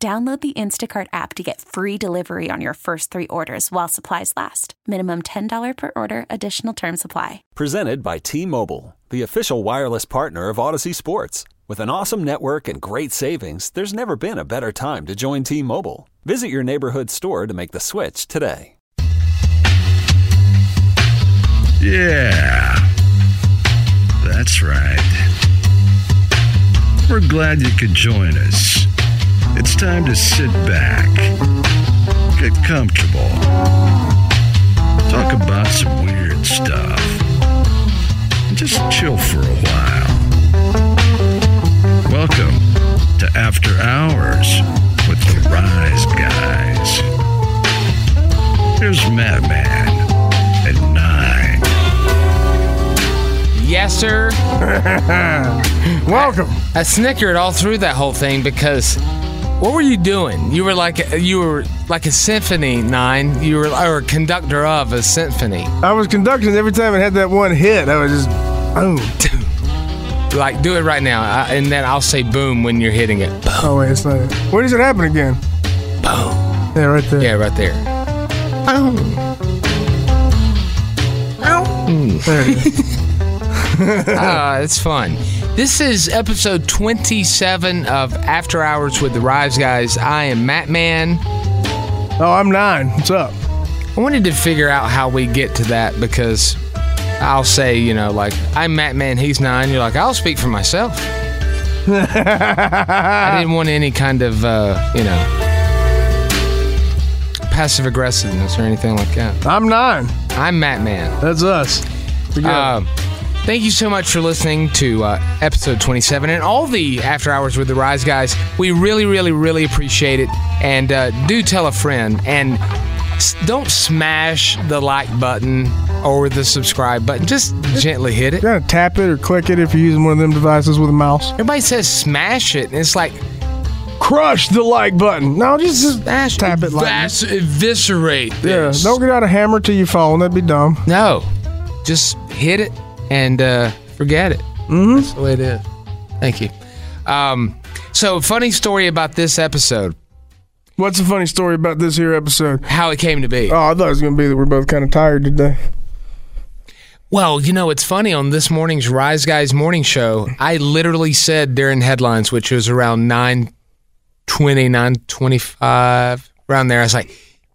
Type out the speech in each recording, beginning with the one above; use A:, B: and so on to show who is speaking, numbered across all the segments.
A: Download the Instacart app to get free delivery on your first three orders while supplies last. Minimum $10 per order, additional term supply.
B: Presented by T Mobile, the official wireless partner of Odyssey Sports. With an awesome network and great savings, there's never been a better time to join T Mobile. Visit your neighborhood store to make the switch today.
C: Yeah. That's right. We're glad you could join us. It's time to sit back, get comfortable, talk about some weird stuff, and just chill for a while. Welcome to After Hours with the Rise Guys. Here's Madman and Nine.
D: Yes, sir.
E: Welcome.
D: I snickered all through that whole thing because what were you doing? You were like you were like a symphony nine. You were or a conductor of a symphony,
E: I was conducting every time it had that one hit. I was just boom.
D: like do it right now, I, and then I'll say boom when you're hitting it. Boom.
E: Oh wait, it's not it. Where does it happen again? Boom. Yeah, right there.
D: Yeah, right there.
E: There it is.
D: Ah, it's fun. This is episode 27 of After Hours with the Rise Guys. I am Matt Man.
E: oh, I'm nine. What's up?
D: I wanted to figure out how we get to that because I'll say, you know, like, I'm Matt Man, he's nine. You're like, I'll speak for myself. I didn't want any kind of, uh, you know, passive aggressiveness or anything like that.
E: I'm nine.
D: I'm Matt Man.
E: That's us. Together.
D: Um, thank you so much for listening to uh, episode 27 and all the After Hours with the Rise guys. We really, really, really appreciate it. And uh, do tell a friend. And s- don't smash the like button or the subscribe button. Just gently hit it.
E: you gotta tap it or click it if you're using one of them devices with a mouse.
D: Everybody says smash it. And it's like,
E: Crush the like button. No, just, just
D: smash
E: tap it like
D: Vas- eviscerate
E: yeah.
D: this.
E: Don't get out a hammer to your phone. That'd be dumb.
D: No. Just hit it and uh, forget it. Mm-hmm. That's the way it is. Thank you. Um, so, funny story about this episode,
E: What's the funny story about this here episode?
D: how it came to be.
E: Oh, I thought it was gonna be that we're both kind of tired today.
D: Well, you know, it's funny on this morning's Rise Guys morning show, I literally said during headlines, which was around 920, 925, around there, I was like,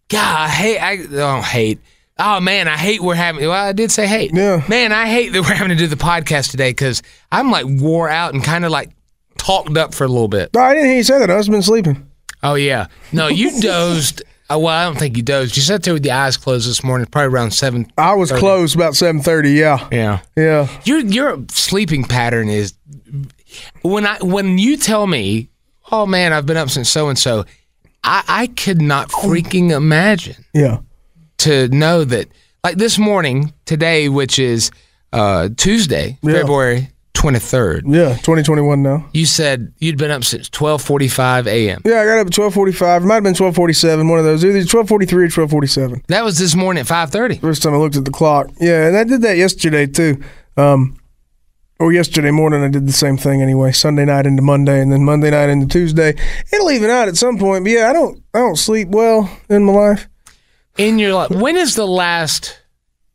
D: God, I hate, I don't hate. Oh man, I hate we're having. Well, I did say hate.
E: Yeah.
D: Man, I hate that we're having to do the podcast today because I'm like wore out and kind of like talked up for a little bit.
E: No, I didn't hear you say that. I was been sleeping.
D: Oh yeah. No, you dozed. Oh, well, I don't think you dozed. You sat there with your eyes closed this morning, probably around seven.
E: I was close about seven thirty. Yeah.
D: Yeah.
E: Yeah.
D: Your your sleeping pattern is when I when you tell me, oh man, I've been up since so and so, I I could not freaking imagine
E: Yeah.
D: to know that like this morning today, which is uh, Tuesday,
E: Yeah.
D: February twenty third.
E: Yeah. Twenty twenty one now.
D: You said you'd been up since twelve forty five a.m.
E: Yeah, I got up at twelve forty five. It might have been twelve forty seven, one of those. Either twelve forty three or twelve forty seven.
D: That was this morning at five thirty.
E: First time I looked at the clock. Yeah, and I did that yesterday too. Um or yesterday morning I did the same thing anyway. Sunday night into Monday and then Monday night into Tuesday. It'll even out at some point, but yeah, I don't I don't sleep well in my life.
D: in your life, when is the last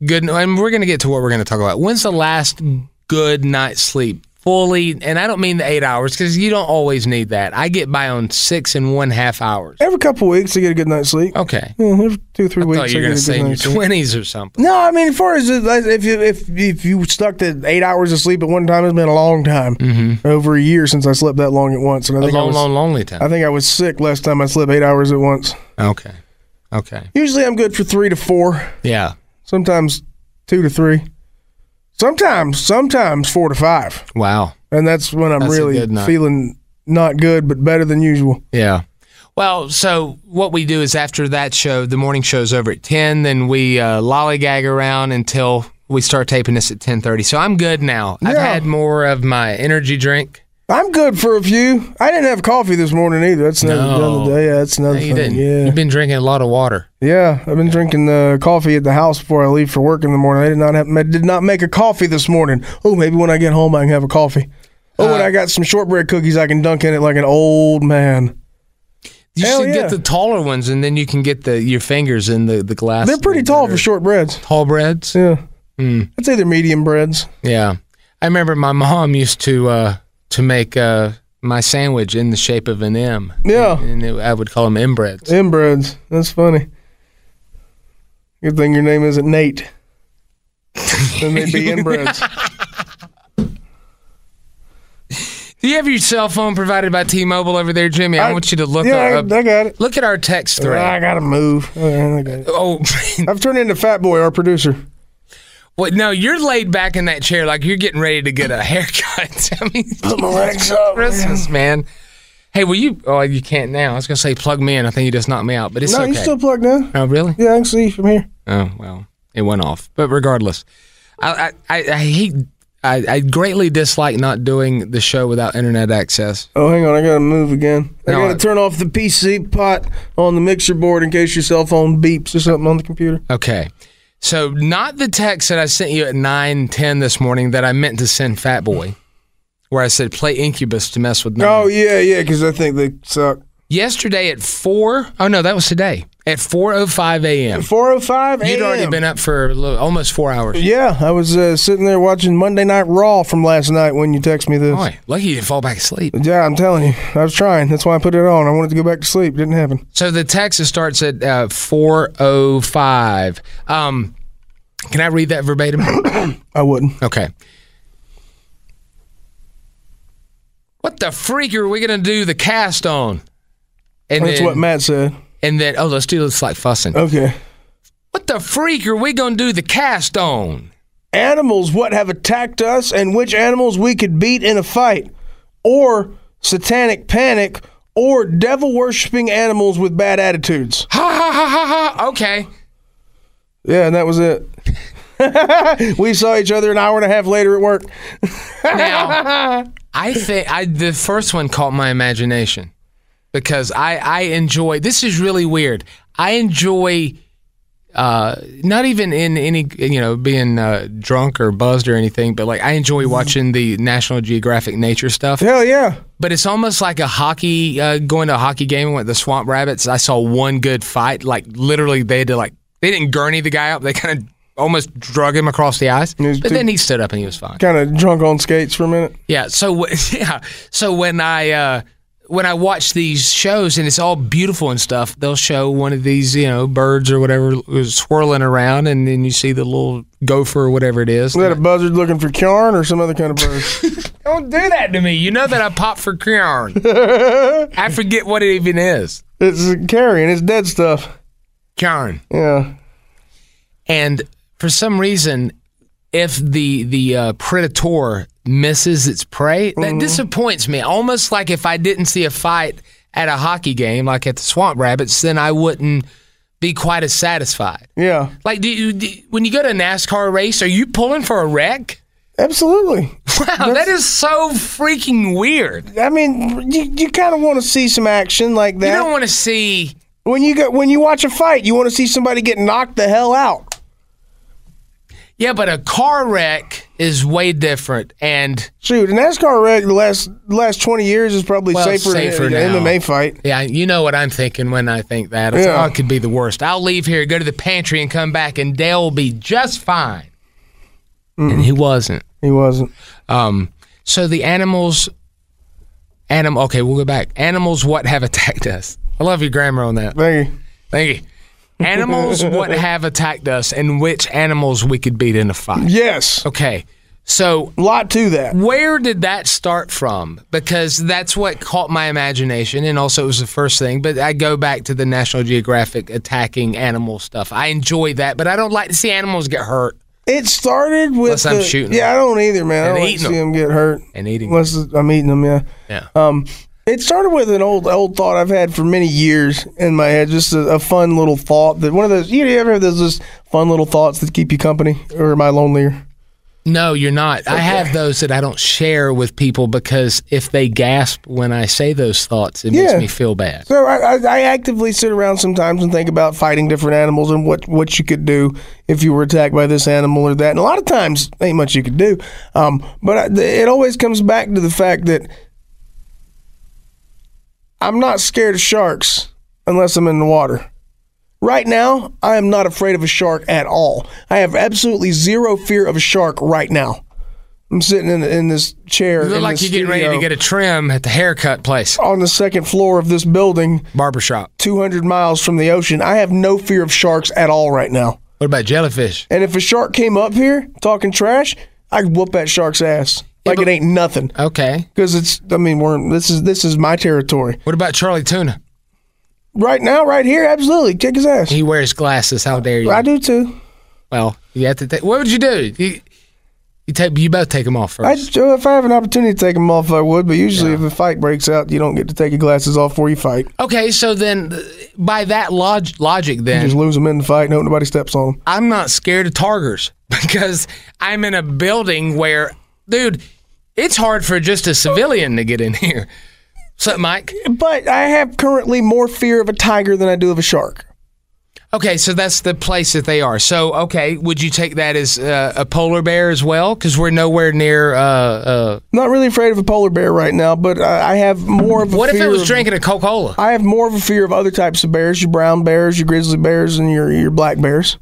D: good? And we're going to get to what we're going to talk about. When's the last good night's sleep fully? And I don't mean the eight hours because you don't always need that. I get by on six and one half hours.
E: Every couple weeks I get a good night's sleep.
D: Okay,
E: Yeah, every two or three
D: I
E: weeks.
D: thought you were
E: I
D: going
E: get
D: to
E: a
D: say
E: good
D: in your
E: night's sleep.
D: twenties or something.
E: No, I mean, as far as like, if you if if you stuck to eight hours of sleep at one time, it's been a long time. Mm-hmm. Over a year since I slept that long at once, and I
D: A
E: think I
D: long,
E: was,
D: long, lonely
E: I
D: time.
E: think I was sick last time I slept eight hours at once.
D: Okay, okay,
E: Usually I'm good for three to four,
D: yeah.
E: sometimes two to three, sometimes sometimes four to five,
D: Wow.
E: and that's when I'm
D: That's a
E: really
D: good night.
E: feeling not good, but better than usual.
D: Yeah. Well, so what we do is after that show, the morning show's over at ten. Then we uh, lollygag around until we start taping this at ten thirty. So I'm good now. I've
E: Yeah.
D: had more of my energy drink.
E: I'm good for a few. I didn't have coffee this morning either. That's another,
D: No.
E: another day. Yeah, that's another
D: No, you
E: thing.
D: didn't.
E: Yeah,
D: You've been drinking a lot of water.
E: yeah. I've been drinking uh, coffee at the house before I leave for work in the morning. I did not have, I did not make a coffee this morning. Oh, maybe when I get home I can have a coffee. Oh, and I got some shortbread cookies I can dunk in it like an old man.
D: You
E: Hell
D: should
E: yeah.
D: get the taller ones, and then you can get the your fingers in the the glass.
E: They're pretty tall for shortbreads.
D: Tall breads.
E: Yeah, I'd say they're medium breads.
D: Yeah, I remember my mom used to uh, to make uh, my sandwich in the shape of an M.
E: Yeah.
D: and it, I would call them M breads.
E: Inbreds. That's funny. Good thing your name isn't Nate. then they'd be inbreds.
D: Do you have your cell phone provided by T-Mobile over there, Jimmy? I,
E: I-
D: want you to look
E: yeah, I,
D: up.
E: I got it.
D: look at our text
E: I
D: thread.
E: gotta move. All right, I got it.
D: Oh,
E: I've turned into Fat Boy, our producer.
D: wait, no, you're laid back in that chair like you're getting ready to get a haircut. I mean,
E: Put my legs up.
D: Christmas, man. Hey, will you? Oh, you can't now. I was gonna say plug me in. I think you just knocked me out, but it's
E: No,
D: okay.
E: you still plugged in?
D: oh, really?
E: Yeah, I can see you from here.
D: Oh well, it went off. But regardless, I I, I, I hate. I, I greatly dislike not doing the show without internet access.
E: Oh, hang on, I gotta move again. I
D: No,
E: gotta
D: I-
E: turn off the PC pot on the mixer board in case your cell phone beeps or something on the computer.
D: Okay, so not the text that I sent you at nine ten this morning that I meant to send Fat Boy, where I said play Incubus to mess with. Nine.
E: Oh yeah, yeah, because I think they suck.
D: yesterday at four. Oh no, that was today at four o five a.m.
E: Four oh five a.m.
D: You'd already been up for a little, almost four hours.
E: Yeah, I was uh, sitting there watching Monday Night Raw from last night when you text me this.
D: Boy, lucky you didn't fall back asleep.
E: Yeah, I'm telling you, I was trying. That's why I put it on. I wanted to go back to sleep. Didn't happen.
D: So the text starts at uh, 405. Um, can I read that verbatim?
E: I wouldn't.
D: okay. What the freak are we going to do the cast on? And
E: That's
D: then,
E: what Uh, Matt said.
D: and then, oh, let's do this like fussing.
E: Okay.
D: What the freak are we going to do the cast on?
E: Animals what have attacked us and which animals we could beat in a fight, or satanic panic, or devil worshipping animals with bad attitudes.
D: Ha ha ha ha ha. Okay.
E: Yeah, and that was it. we saw each other an hour and a half later at work.
D: Now, I think I the first one caught my imagination because I I enjoy this is really weird. I enjoy uh not even in any you know being uh, drunk or buzzed or anything, but like I enjoy watching the National Geographic nature stuff.
E: Hell yeah.
D: But it's almost like a hockey uh, going to a hockey game with the Swamp Rabbits. I saw one good fight, like literally they had to like they didn't gurney the guy up. They kind of almost drug him across the ice,
E: was
D: but
E: too-
D: then he stood up and he was fine.
E: Kind of drunk on skates for a minute.
D: Yeah. So w- yeah. So when I uh, when I watch these shows and it's all beautiful and stuff, they'll show one of these you know birds or whatever swirling around, and then you see the little gopher or whatever it is.
E: Was that a buzzard looking for Kjarn or some other kind of bird?
D: Don't do that to me. You know that I pop for Crown. I forget what it even is.
E: It's carrying. It's dead stuff.
D: Crown.
E: Yeah.
D: And for some reason, if the the uh, predator misses its prey, that disappoints me. Almost like if I didn't see a fight at a hockey game, like at the Swamp Rabbits, then I wouldn't be quite as satisfied.
E: Yeah.
D: Like, do you do, when you go to a NASCAR race, are you pulling for a wreck?
E: Absolutely.
D: Wow, that is so freaking weird.
E: I mean, you, you kind of want to see some action like
D: You
E: that.
D: don't want to see.
E: when you go when you watch a fight, you want to see somebody get knocked the hell out.
D: Yeah, but a car wreck is way different, and
E: Shoot, a NASCAR wreck the last last twenty years is probably
D: Well,
E: safer,
D: safer
E: than
D: now.
E: an MMA fight.
D: Yeah, you know what I'm thinking when I think that. It's,
E: Yeah.
D: oh, it could be the worst. I'll leave here, go to the pantry, and come back, and Dale will be just fine. And he wasn't.
E: He wasn't.
D: Um, so the animals, animal. Okay, we'll go back. Animals, what have attacked us? I love your grammar on that.
E: Thank you.
D: Thank you. Animals, what have attacked us, and which animals we could beat in a fight.
E: Yes,
D: Okay, so
E: a lot to that.
D: where did that start from? Because that's what caught my imagination, and also it was the first thing. But I go back to the National Geographic attacking animal stuff. I enjoy that, but I don't like to see animals get hurt
E: It started with
D: Unless I'm
E: the-
D: shooting
E: Yeah, I don't either, man.
D: And
E: I don't like
D: eating
E: to see
D: them.
E: them get hurt
D: and eating.
E: unless I'm eating them. Yeah.
D: Yeah.
E: Um, It started with an old old thought I've had for many years in my head, just a, a fun little thought that one of those you ever have those just fun little thoughts that keep you company, or am I lonelier?
D: No, you're not. I have those that I don't share with people because if they gasp when I say those thoughts, it
E: Yeah.
D: makes me feel bad.
E: So I, I, I actively sit around sometimes and think about fighting different animals and what, what you could do if you were attacked by this animal or that. And a lot of times, ain't much you could do. Um, but I, th- it always comes back to the fact that I'm not scared of sharks unless I'm in the water. Right now, I am not afraid of a shark at all. I have absolutely zero fear of a shark right now. I'm sitting in, in this chair.
D: You look
E: in
D: like you're
E: this
D: getting ready to
E: studio
D: get a trim at the haircut place,
E: on the second floor of this building.
D: barbershop.
E: 200 miles from the ocean. I have no fear of sharks at all right now.
D: What about jellyfish?
E: And if a shark came up here talking trash, I'd whoop that shark's ass like it ain't nothing.
D: Okay.
E: Because it's, I mean, we're this is this is my territory
D: What about Charlie Tuna?
E: right now, right here. Absolutely, kick his ass.
D: He wears glasses. How dare you?
E: I do too.
D: Well, you have to. take what would you do? You, you take. You both take them off
E: I
D: first.
E: if I have an opportunity to take him off, I would. But usually, if a fight breaks out, you don't get to take your glasses off before you fight.
D: okay, so then, uh, by that log- logic,
E: You
D: then
E: just lose them in the fight. and hope nobody steps on them.
D: I'm not scared of targers because I'm in a building where, dude, it's hard for just a civilian to get in here. So, Mike.
E: But I have currently more fear of a tiger than I do of a shark.
D: Okay, so that's the place that they are. So, okay, would you take that as uh, a polar bear as well? Because we're nowhere near. Uh, uh,
E: Not really afraid of a polar bear right now, but I I have more of a
D: what if
E: fear
D: it was
E: of-
D: drinking a Coca Cola?
E: I have more of a fear of other types of bears, your brown bears, your grizzly bears, and your, your black bears.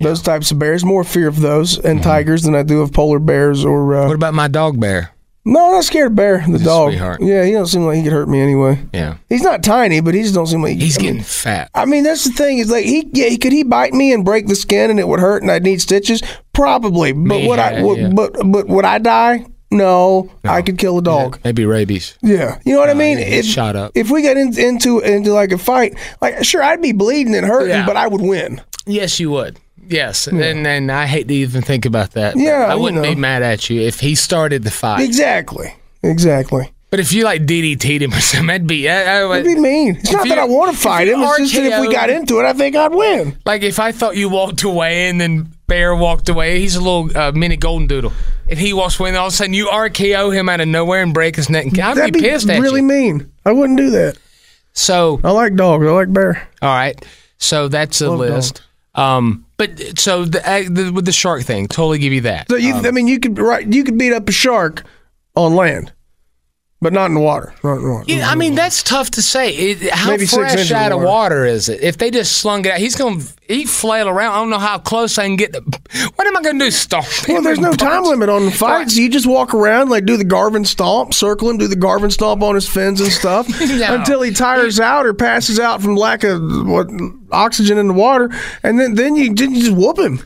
E: Those types of bears, more fear of those and tigers than I do of polar bears or. Uh,
D: Mm-hmm. What about my dog bear?
E: no, I'm not scared of bear, the dog.
D: sweetheart.
E: Yeah, he don't seem like he could hurt me anyway.
D: Yeah,
E: He's not tiny, but he just don't seem like
D: he's
E: I
D: getting
E: Mean,
D: fat.
E: I mean, that's the thing is like he yeah he- could he bite me and break the skin and it would hurt and I'd need stitches probably, but
D: Me,
E: would I
D: yeah,
E: would,
D: yeah.
E: but but would I die? No, I could kill a dog.
D: Maybe rabies.
E: Yeah, you know what I mean.
D: get shot up.
E: If we got in, into into like a fight, like sure, I'd be bleeding and hurting,
D: Yeah.
E: but I would win.
D: Yes, you would. Yes, and and I hate to even think about that. but
E: Yeah,
D: I
E: you
D: wouldn't be
E: know.
D: mad at you if he started the fight.
E: Exactly, exactly.
D: But if you like DDT'd him or something, that'd be. I, I would-
E: It'd be mean. It's not
D: you-
E: that I want to
D: if
E: fight
D: you
E: him. It's just that if we
D: RKO'd
E: got into it, I think I'd win.
D: Like if I thought you walked away and then Bear walked away, he's a little uh, mini golden doodle, and he walks away, and all of a sudden you RKO him out of nowhere and break his neck. and- I'd
E: That'd
D: be
E: be
D: pissed at
E: really
D: you.
E: mean. I wouldn't do that.
D: so
E: I like dogs. I like bear.
D: all right, so that's a
E: Love
D: list. Um, but so the, uh, the with the shark thing, totally give you that.
E: So you, I mean, you could right, you could beat up a shark on land, but not in the water. Not in the water.
D: Yeah, I mean that's tough to say. It, how
E: Mm-hmm. Maybe six
D: fresh
E: inches
D: out
E: of
D: of water is it? If they just slung it out, he's gonna he flail around. I don't know how close I can get. The, what am I gonna do? Stomp?
E: Well,
D: him
E: there's
D: and
E: no
D: punch
E: time
D: him?
E: limit on the fights. You just walk around, like do the Garvin stomp, circle him, do the Garvin stomp on his fins and stuff
D: No.
E: until he tires out or passes out from lack of what oxygen in the water, and then then you, then you just whoop him.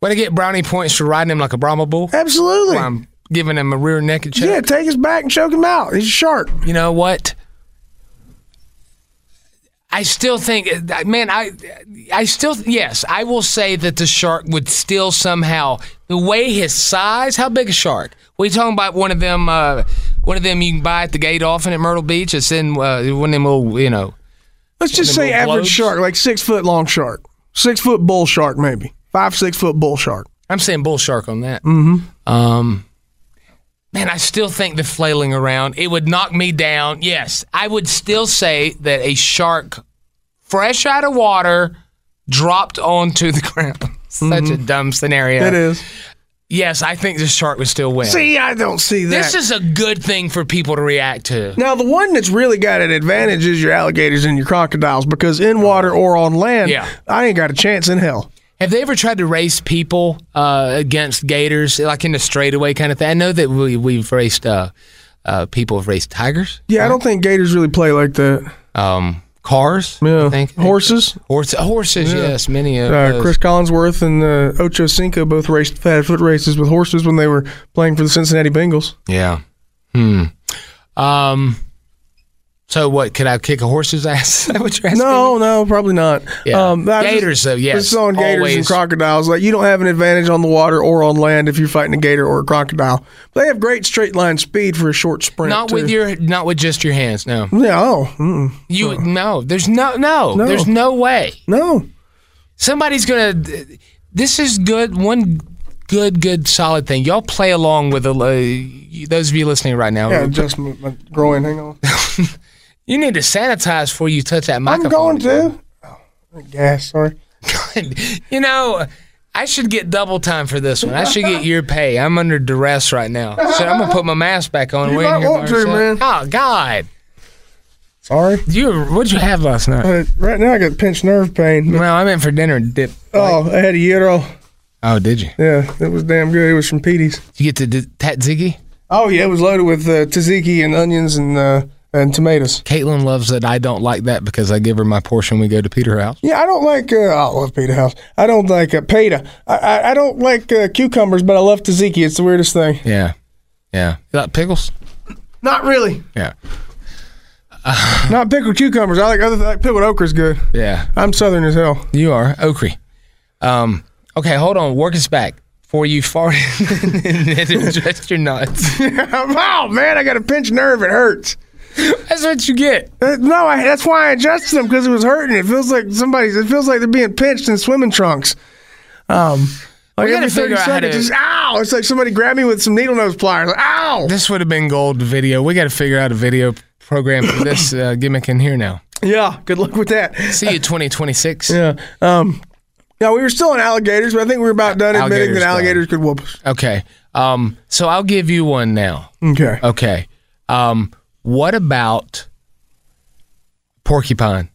D: When I get brownie points for riding him like a Brahma bull,
E: Absolutely.
D: I'm giving him a rear naked choke.
E: Yeah, take his back and choke him out. He's a shark.
D: You know what? I still think, man, I, I still, yes, I will say that the shark would still somehow, the way his size, how big a shark? We talking about one of them, uh, one of them you can buy at the gate often at Myrtle Beach. It's in uh, one of them little, you know,
E: Let's just
D: Them
E: say
D: little
E: average
D: globes?
E: shark, like six foot long shark, six foot bull shark, maybe five six foot bull shark.
D: I'm saying bull shark on that. Mm-hmm. Um, man, I still think the flailing around it would knock me down. Yes, I would still say that a shark, fresh out of water, dropped onto the ground. Such a dumb scenario.
E: Mm-hmm. It is.
D: Yes, I think the shark would still win.
E: See, I don't see that.
D: this is a good thing for people to react to.
E: Now, the one that's really got an advantage is your alligators and your crocodiles because in water or on land,
D: Yeah.
E: I ain't got a chance in hell.
D: Have they ever tried to race people uh, against gators, like in a straightaway kind of thing? I know that we we've raced uh, uh, people have raced tigers,
E: Yeah, I don't think gators really play like that.
D: um, cars.
E: Yeah,
D: I think
E: horses.
D: Horse, horses, yes, many of
E: Uh,
D: those.
E: Chris Collinsworth and uh, Ocho Cinco both raced fast foot races with horses when they were playing for the Cincinnati Bengals.
D: yeah. Hmm. Um. Hmm. So what? Could I kick a horse's ass? Is that what you're asking?
E: No, no, probably not. Um,
D: Yeah.
E: I was
D: Gators, though, yes,
E: It's on gators and
D: always.
E: crocodiles. Like you don't have an advantage on the water or on land if you're fighting a gator or a crocodile. But they have great straight line speed for a short sprint.
D: Not with
E: too.
D: your, not with just your hands. No,
E: Yeah. Oh. Mm,
D: you no. There's no, no,
E: No.
D: There's no way.
E: no.
D: Somebody's gonna. This is good. One good, good, solid thing. Y'all play along with the. Uh, those of you listening right now,
E: Yeah. Adjust my, my groin. Hang on.
D: you need to sanitize before you touch that
E: I'm
D: microphone.
E: going
D: again.
E: to. Oh, gas. Sorry.
D: you know, I should get double time for this one. I should get your pay. I'm under duress right now, so I'm gonna put my mask back on.
E: You
D: We're in
E: might
D: here
E: want
D: by
E: to,
D: ourselves.
E: man.
D: Oh God,
E: Sorry.
D: you what'd you have last night?
E: Uh, right now I got pinched nerve pain.
D: No, I meant for dinner and dip.
E: oh, I had a euro.
D: Oh, did you?
E: Yeah, it was damn good. It was from Petey's.
D: Did you get to d- tatziki?
E: Oh yeah, it was loaded with uh, tzatziki and onions and uh, and tomatoes.
D: Caitlin loves that. I don't like that because I give her my portion. when We go to Peter House.
E: Yeah, I don't like. Uh, I love pita house. I don't like uh, pita. I, I I don't like uh, cucumbers, but I love tzatziki. It's the weirdest thing.
D: Yeah, yeah. You like pickles?
E: Not really.
D: Yeah,
E: Not pickled cucumbers. I like other. Like pickled okra's good.
D: yeah.
E: I'm southern as hell.
D: You are okry. Um. Okay, hold on. Work us back. Before you fart and then adjust your nuts.
E: oh man, I got a pinched nerve. It hurts.
D: That's what you get.
E: Uh, no, I, that's why I adjusted them because it was hurting. It feels like somebody's. It feels like they're being pinched in swimming trunks. Um. Like
D: We gotta
E: every 30
D: figure out how
E: seconds,
D: to-
E: just, ow! It's like somebody grabbed me with some needle nose pliers. Like, ow!
D: This would have been gold video. We got to figure out a video program for this uh, gimmick in here now.
E: Yeah, good luck with that.
D: See you 2026.
E: Yeah. Um, yeah, we were still in alligators, but I think we were about done admitting
D: Alligators
E: that
D: gone.
E: alligators could whoop us.
D: Okay. Um, so I'll give you one now.
E: Okay.
D: Okay. Um, what about porcupine?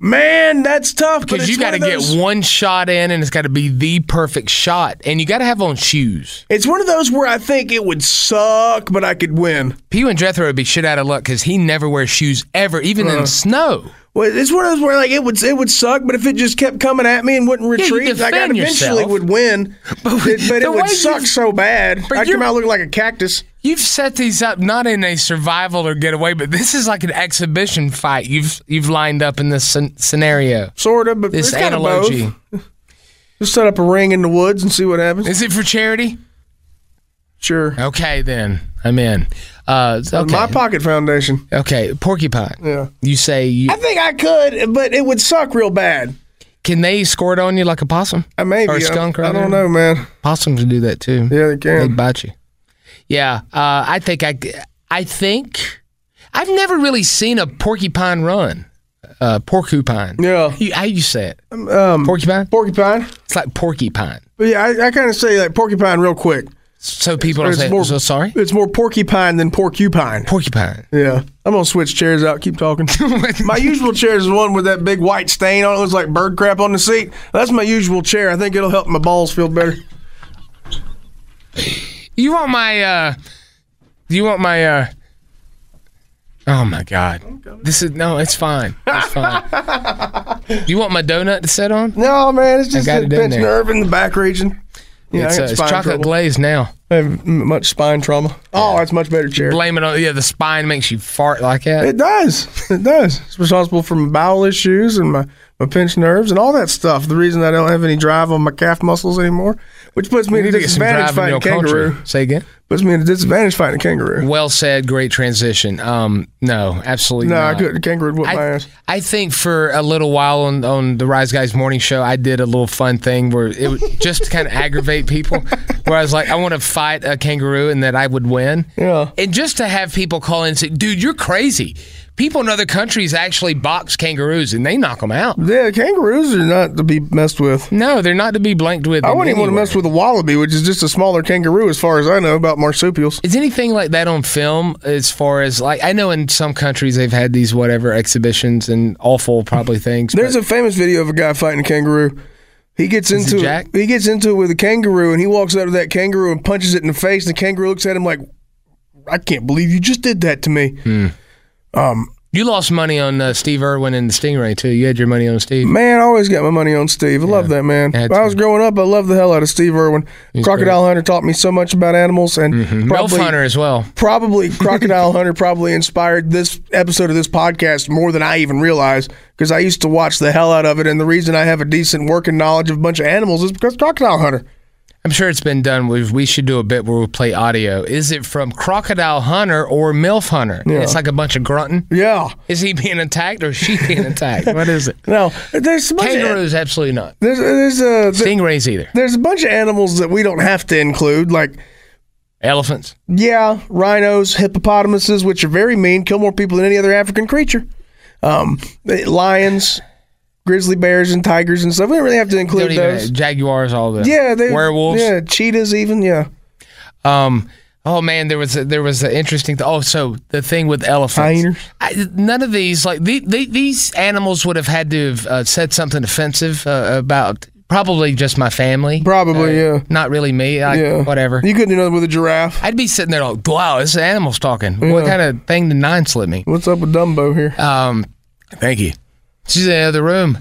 E: Man, that's tough. but
D: Because you
E: it's
D: got to
E: one of
D: get
E: those-
D: one shot in, and it's got to be the perfect shot, and you got to have on shoes.
E: It's one of those where I think it would suck, but I could win.
D: Pew and Jethro would be shit out of luck because he never wears shoes ever, even
E: Uh-huh.
D: in snow.
E: Well, it's one of those where like it would it would suck, but if it just kept coming at me and wouldn't
D: you
E: retreat, like I
D: defend
E: eventually
D: yourself.
E: would win. But, it, but
D: the
E: it would
D: way you-
E: suck so bad.
D: But
E: I'd
D: you're-
E: come out looking like a cactus.
D: You've set these up not in a survival or getaway, but this is like an exhibition fight. You've you've lined up in this scen- scenario.
E: Sort of, but
D: This
E: it's kind of
D: analogy
E: both. Just set up a ring in the woods and see what happens.
D: is it for charity?
E: Sure.
D: Okay, then I'm in. Uh, okay,
E: My pocket foundation.
D: okay, porcupine.
E: Yeah.
D: You say you
E: I think I could, but it would suck real bad.
D: can they squirt on you like a possum?
E: Uh, maybe
D: Or a
E: I-
D: skunk,
E: I,
D: rather.
E: don't know, man.
D: Possums do that too.
E: Yeah, they
D: they
E: can.
D: bite you. Yeah, uh, I think I I think I've never really seen a porcupine run. Uh, porcupine.
E: Yeah.
D: You- How you say it?
E: Um,
D: Porcupine.
E: porcupine.
D: It's like porcupine.
E: But yeah, I, I kind of say like porcupine real quick.
D: So people don't
E: It's
D: say,
E: more-
D: so sorry?
E: It's more porcupine than porcupine.
D: Porcupine.
E: Yeah. I'm going to switch chairs out. Keep talking. my usual chair is the one with that big white stain on it. It looks like bird crap on the seat. That's my usual chair. I think it'll help my balls feel better.
D: You want my, uh, you want my, uh, oh my God. This is, no, it's fine. It's fine. you want my donut to sit on?
E: No, man. It's just
D: got
E: a
D: it in
E: pinched
D: there.
E: nerve in the back region. Yeah,
D: it's,
E: I
D: uh,
E: got
D: it's
E: spine
D: chocolate
E: trouble.
D: glazed now.
E: I have m- much spine trauma. Oh, that's much better chair.
D: Blame it on, yeah, the spine makes you fart like that.
E: It does. It does. It's responsible for my bowel issues and my, my pinched nerves and all that stuff. The reason I don't have any drive on my calf muscles anymore, which puts me
D: You
E: at a
D: need to get some
E: disadvantage
D: drive in
E: fighting a
D: your
E: kangaroo.
D: country. Say again.
E: Puts me at a disadvantage fighting a kangaroo.
D: Well said. Great transition. Um, no, absolutely
E: No,
D: not.
E: I couldn't. Kangaroo would whip my
D: I,
E: ass.
D: I think for a little while on, on the Rise Guys morning show, I did a little fun thing where it was just to kind of aggravate people, where I was like, I want to fight a kangaroo and that I would win.
E: Yeah.
D: And just to have people call in and say, dude, you're crazy. People in other countries actually box kangaroos and they knock them out.
E: Yeah, kangaroos are not to be messed with.
D: No, they're not to be blanked with.
E: I
D: in
E: wouldn't even want to
D: any
E: mess
D: way.
E: with a wallaby, which is just a smaller kangaroo, as far as I know about marsupials.
D: Is anything like that on film as far as like, I know in some countries they've had these whatever exhibitions and awful probably things.
E: There's
D: but
E: a famous video of a guy fighting a kangaroo. He gets
D: it
E: into
D: Jack?
E: he gets into it with a kangaroo, and he walks up to that kangaroo and punches it in the face.
D: Hmm.
E: And the kangaroo looks at him like, "I can't believe you just did that to me."
D: You lost money on uh, Steve Irwin and the Stingray too. You had your money on Steve.
E: Man, I always got my money on Steve. I love that man.
D: Yeah,
E: When I was
D: too.
E: growing up, I loved the hell out of Steve Irwin. Crocodile Hunter taught me so much about animals, and
D: Melf
E: probably
D: Hunter as well.
E: probably Crocodile Hunter probably inspired this episode of this podcast more than I even realized because I used to watch the hell out of it. And the reason I have a decent working knowledge of a bunch of animals is because Crocodile Hunter.
D: I'm sure it's been done. We, we should do a bit where we play audio. Is it from Crocodile Hunter or Milf Hunter? It's like a bunch of grunting.
E: Yeah.
D: Is he being attacked or is she being attacked? What is it?
E: No, there's a bunch of,
D: Kangaroos, absolutely not.
E: there's there's a
D: Stingrays either.
E: there's a bunch of animals that we don't have to include like.
D: Elephants.
E: Yeah, rhinos, hippopotamuses, which are very mean, kill more people than any other African creature. Um, eh, lions, grizzly bears, and tigers and stuff. We don't really have to
D: Don't
E: include
D: even-
E: those.
D: jaguars, all the
E: Yeah, they
D: werewolves.
E: Yeah, cheetahs even. Yeah,
D: Um, oh man, there was a, there was an interesting. oh, so the thing with
E: Hyenas.
D: elephants. I, none of these like the, the, these animals would have had to have uh, said something offensive uh, about probably just my family.
E: probably. yeah,
D: Not really me. I,
E: yeah.
D: Whatever.
E: You couldn't do nothing with a giraffe.
D: I'd be sitting there like, wow, this is animals talking. What kind of thing did nine slip me?
E: What's up with Dumbo here?
D: Um, thank you. She's in the other room.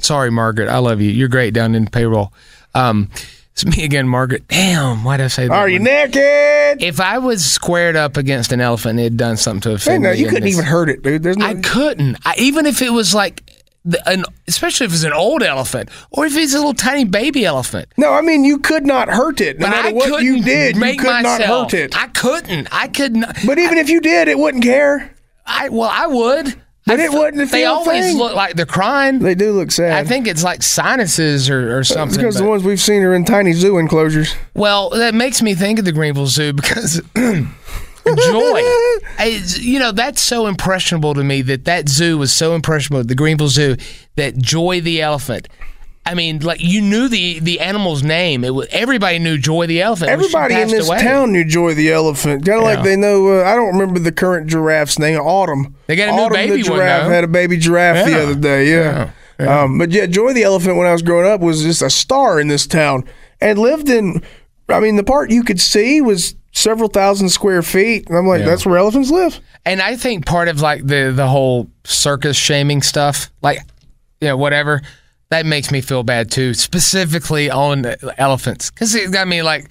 D: Sorry, Margaret. I love you. You're great down in payroll. Um, it's me again, Margaret. Damn, why'd I say that?
E: Are you naked?
D: If I was squared up against an elephant, it'd done something to
E: Hey,
D: offend
E: no,
D: me.
E: you
D: in
E: couldn't
D: this-
E: even hurt it, dude. There's no.
D: I couldn't. I, even if it was like the, an, especially if it's an old elephant, or if it's a little tiny baby elephant.
E: no, I mean you could not hurt it. No
D: But
E: matter
D: I
E: what
D: couldn't
E: you did, you
D: make
E: could not
D: myself-
E: hurt it.
D: I couldn't. I could not.
E: but even if you did, it wouldn't care.
D: I well, I would.
E: But
D: I
E: it
D: fe-
E: wasn't a
D: They
E: feel
D: always
E: thing.
D: look like they're crying.
E: They do look sad.
D: I think it's like sinuses or, or
E: it's
D: something.
E: because the
D: but-
E: ones we've seen are in tiny zoo enclosures.
D: well, that makes me think of the Greenville Zoo because joy. I- you know, that's so impressionable to me that that zoo was so impressionable, the Greenville Zoo, that Joy the elephant. I mean, like you knew the the animal's name. It was everybody knew Joy the elephant. when she
E: Everybody in
D: passed
E: this
D: away.
E: town knew Joy the elephant. Kind of like
D: Yeah.
E: they know. Uh, I don't remember the current giraffe's name. Autumn.
D: They got a new
E: Autumn
D: baby
E: the
D: one,
E: giraffe
D: though.
E: had a baby giraffe
D: Yeah.
E: the other day. Yeah. Um, but yeah, Joy the elephant when I was growing up was just a star in this town and lived in. I mean, the part you could see was several thousand square feet, and I'm like, that's where elephants live.
D: And I think part of like the the whole circus shaming stuff, like you know whatever, that makes me feel bad too. Specifically on elephants, because it got me like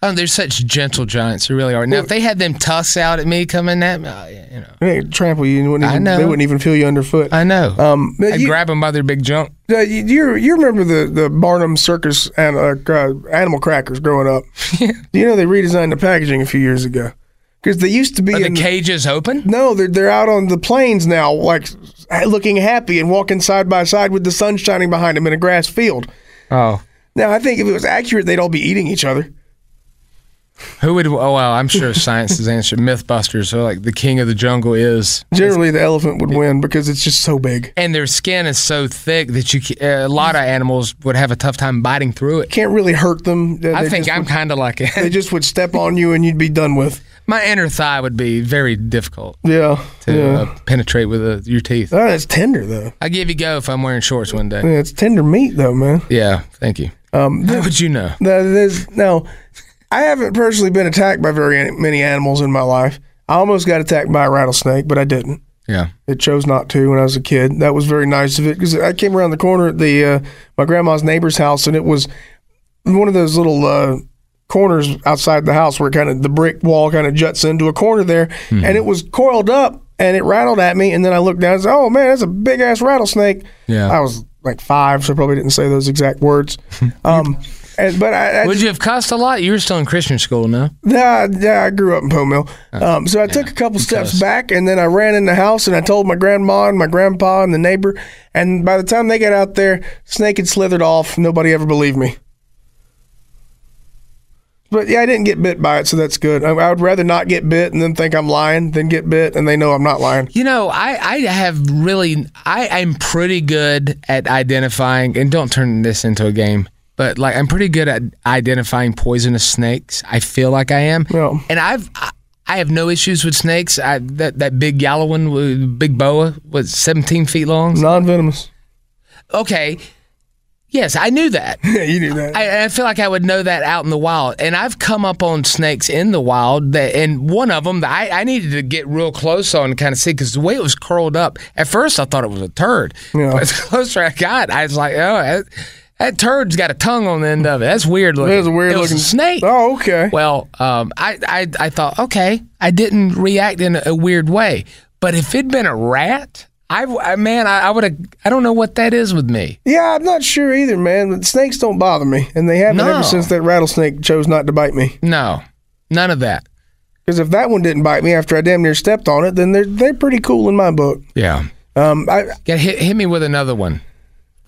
D: Oh, they're such gentle giants. They really are. Now, if they had them tusks out at me coming at me, uh, you know,
E: They trample you. And wouldn't
D: I
E: even,
D: know.
E: They wouldn't even feel you underfoot.
D: I know.
E: um, but
D: I'd
E: you-
D: grab them by their big junk.
E: Yeah, you, you you remember the, the Barnum Circus and, uh, uh, animal crackers growing up? Do you know they redesigned the packaging a few years ago? Because they used to be
D: Are the
E: in-
D: cages open?
E: no, they're they're out on the plains now, like looking happy and walking side by side with the sun shining behind them in a grass field.
D: Oh,
E: Now I think if it was accurate, they'd all be eating each other.
D: Who would? Oh well, I'm sure science is answered. MythBusters, so like the king of the jungle is,
E: Generally, the elephant would win because it's just so big.
D: and their skin is so thick that you ca- a lot of animals would have a tough time biting through it.
E: Can't really hurt them. They-
D: I
E: they
D: think
E: just
D: I'm
E: would-
D: kind of like
E: They
D: it.
E: just would step on you and you'd be done with.
D: My inner thigh would be very difficult
E: Yeah.
D: to
E: yeah.
D: uh, penetrate with uh, your teeth.
E: Oh, it's tender though.
D: I give you go if I'm wearing shorts one day.
E: Yeah, it's tender meat though, man.
D: Yeah, thank you.
E: Uh, Um,
D: How would you know?
E: Now, there's, now, I haven't personally been attacked by very an- many animals in my life. I almost got attacked by a rattlesnake, but I didn't.
D: Yeah.
E: It chose not to when I was a kid. That was very nice of it because I came around the corner at the uh, my grandma's neighbor's house, and it was one of those little uh, corners outside the house where kind of the brick wall kind of juts into a corner there, and it was coiled up and it rattled at me, and then I looked down and said, "Oh man, that's a big ass rattlesnake."
D: Yeah.
E: I was like five, so I probably didn't say those exact words. Um, and, but I, I
D: Would you have cussed a lot? You were still in Christian school, no?
E: yeah, yeah, I grew up in Poe Mill.
D: Uh,
E: Um, so I took a couple steps back and then I ran in the house and I told my grandma and my grandpa and the neighbor. And by the time they got out there, snake had slithered off. Nobody ever believed me. But yeah, I didn't get bit by it, so that's good. I, I would rather not get bit and then think I'm lying than get bit and they know I'm not lying.
D: You know, I, I have really, I am pretty good at identifying, and don't turn this into a game, but like I'm pretty good at identifying poisonous snakes. I feel like I am.
E: Yeah.
D: And I've, I, I have no issues with snakes. I, that, that big yellow one, with- big boa, was 17 feet long.
E: Non venomous.
D: Okay. Yes, I knew that.
E: Yeah, you knew that.
D: I, I feel like I would know that out in the wild, and I've come up on snakes in the wild. That and one of them that I, I needed to get real close on and kind of see because the way it was curled up. At first, I thought it was a turd,
E: Yeah.
D: but the closer I got, I was like, oh, that, that turd's got a tongue on the end of it. That's weird looking.
E: There's a weird
D: It was
E: looking
D: snake.
E: Oh, okay.
D: Well, um, I, I I thought okay, I didn't react in a, a weird way, but if it'd been a rat, I, w- I- man, I, I would have. I don't know what that is with me.
E: Yeah, I'm not sure either, man. But snakes don't bother me, and they haven't
D: No.
E: ever since that rattlesnake chose not to bite me.
D: No, none of that.
E: Because if that one didn't bite me after I damn near stepped on it, then they're they're pretty cool in my book.
D: Yeah.
E: Um, I
D: Yeah, hit, hit me with another one.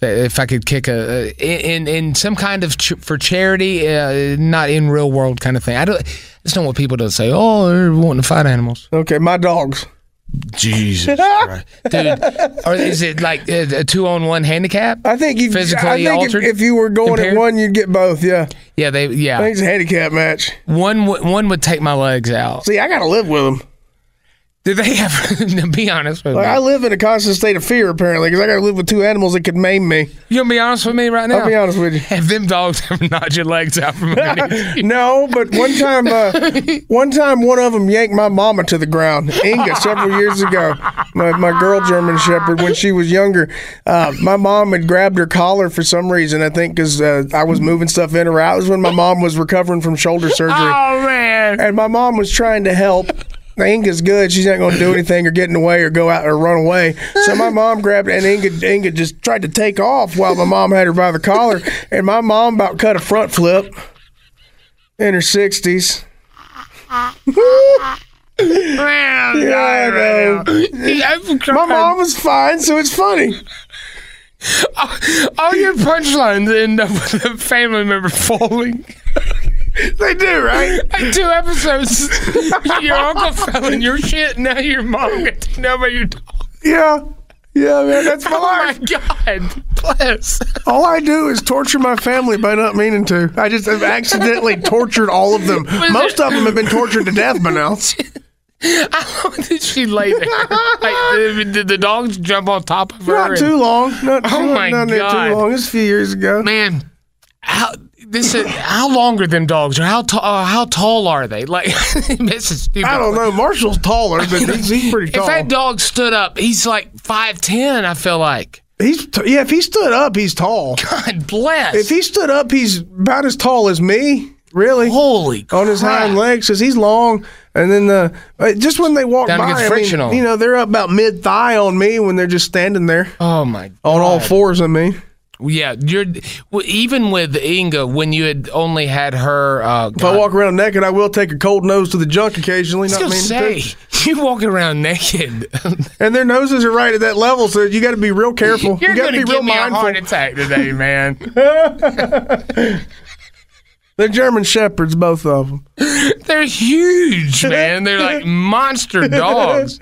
D: That If I could kick a a- in in some kind of ch- for charity, uh, not in real world kind of thing. I don't. I just don't want people to say, "Oh, they're wanting to fight animals."
E: okay, my dogs.
D: Jesus, Christ. dude, or is it like uh, a, a two on one handicap?
E: I think you
D: Physically
E: I think if-
D: altered? Ah.
E: If, you were going
D: Compared?
E: at one, you'd get both. Yeah,
D: yeah, they
E: I think
D: yeah.
E: it's a handicap match.
D: One would- one would take my legs out.
E: See, I gotta live with them.
D: Did they have? to be honest with
E: Like I
D: me,
E: live in a constant state of fear apparently because I gotta live with two animals that could maim me.
D: you gonna be honest with me right now?
E: I'll be honest with you.
D: Have them dogs ever knocked your legs out from underneath? you?
E: No, but one time, uh, one time, one of them yanked my mama to the ground. Inga, several years ago, my, my girl German Shepherd, when she was younger, uh, my mom had grabbed her collar for some reason. I think because uh, I was moving stuff in or out. It was when my mom was recovering from shoulder surgery,
D: Oh man.
E: and my mom was trying to help. Now, Inga's good. She's not going to do anything or get in the way or go out or run away. So my mom grabbed it, and Inga, Inga just tried to take off while my mom had her by the collar. And my mom about cut a front flip in her 60s. Yeah, I know. My mom was fine, so it's funny.
D: All your punchlines end up with a family member falling.
E: They do, right?
D: Like two episodes, your uncle fell in your shit. Now your mom got taken over your dog.
E: Yeah. Yeah, man, that's my
D: Oh my
E: life.
D: god! Bless.
E: All I do is torture my family by not meaning to. I just have accidentally tortured all of them. Most of them have been tortured to death by now.
D: How long did she lay there? Like, did the dogs jump on top of her?
E: Not
D: and-
E: too long. Not
D: Oh
E: too,
D: my
E: not
D: God.
E: too long. It was a few years ago.
D: Man, how this is how long are them dogs? Or how tall? Uh, how tall are they? Like this is stupid.
E: I don't know. Marshall's taller, but he's, he's pretty
D: If
E: tall.
D: that dog stood up, he's like five ten. I feel like.
E: he's t- yeah. If he stood up, he's tall.
D: God bless.
E: If he stood up, he's about as tall as me. Really?
D: Holy
E: on his
D: crap.
E: hind legs because he's long. And then uh, uh, just when they walk
D: Down
E: by,
D: against
E: I mean,
D: frictional.
E: you know, they're up about mid thigh on me when they're just standing there
D: Oh my.
E: on all fours. I mean,
D: Yeah, you're well, even with Inga when you had only had her. Uh,
E: if I walk around naked, I will take a cold nose to the junk occasionally.
D: I was
E: Not
D: gonna
E: meaning
D: say
E: to.
D: you walk around naked.
E: and their noses are right at that level, so you got to be real careful.
D: You're
E: you got
D: gonna
E: to be
D: give
E: real
D: me a heart
E: mindful.
D: attack today, man.
E: They're German shepherds, both of them.
D: They're huge, man. They're like monster dogs.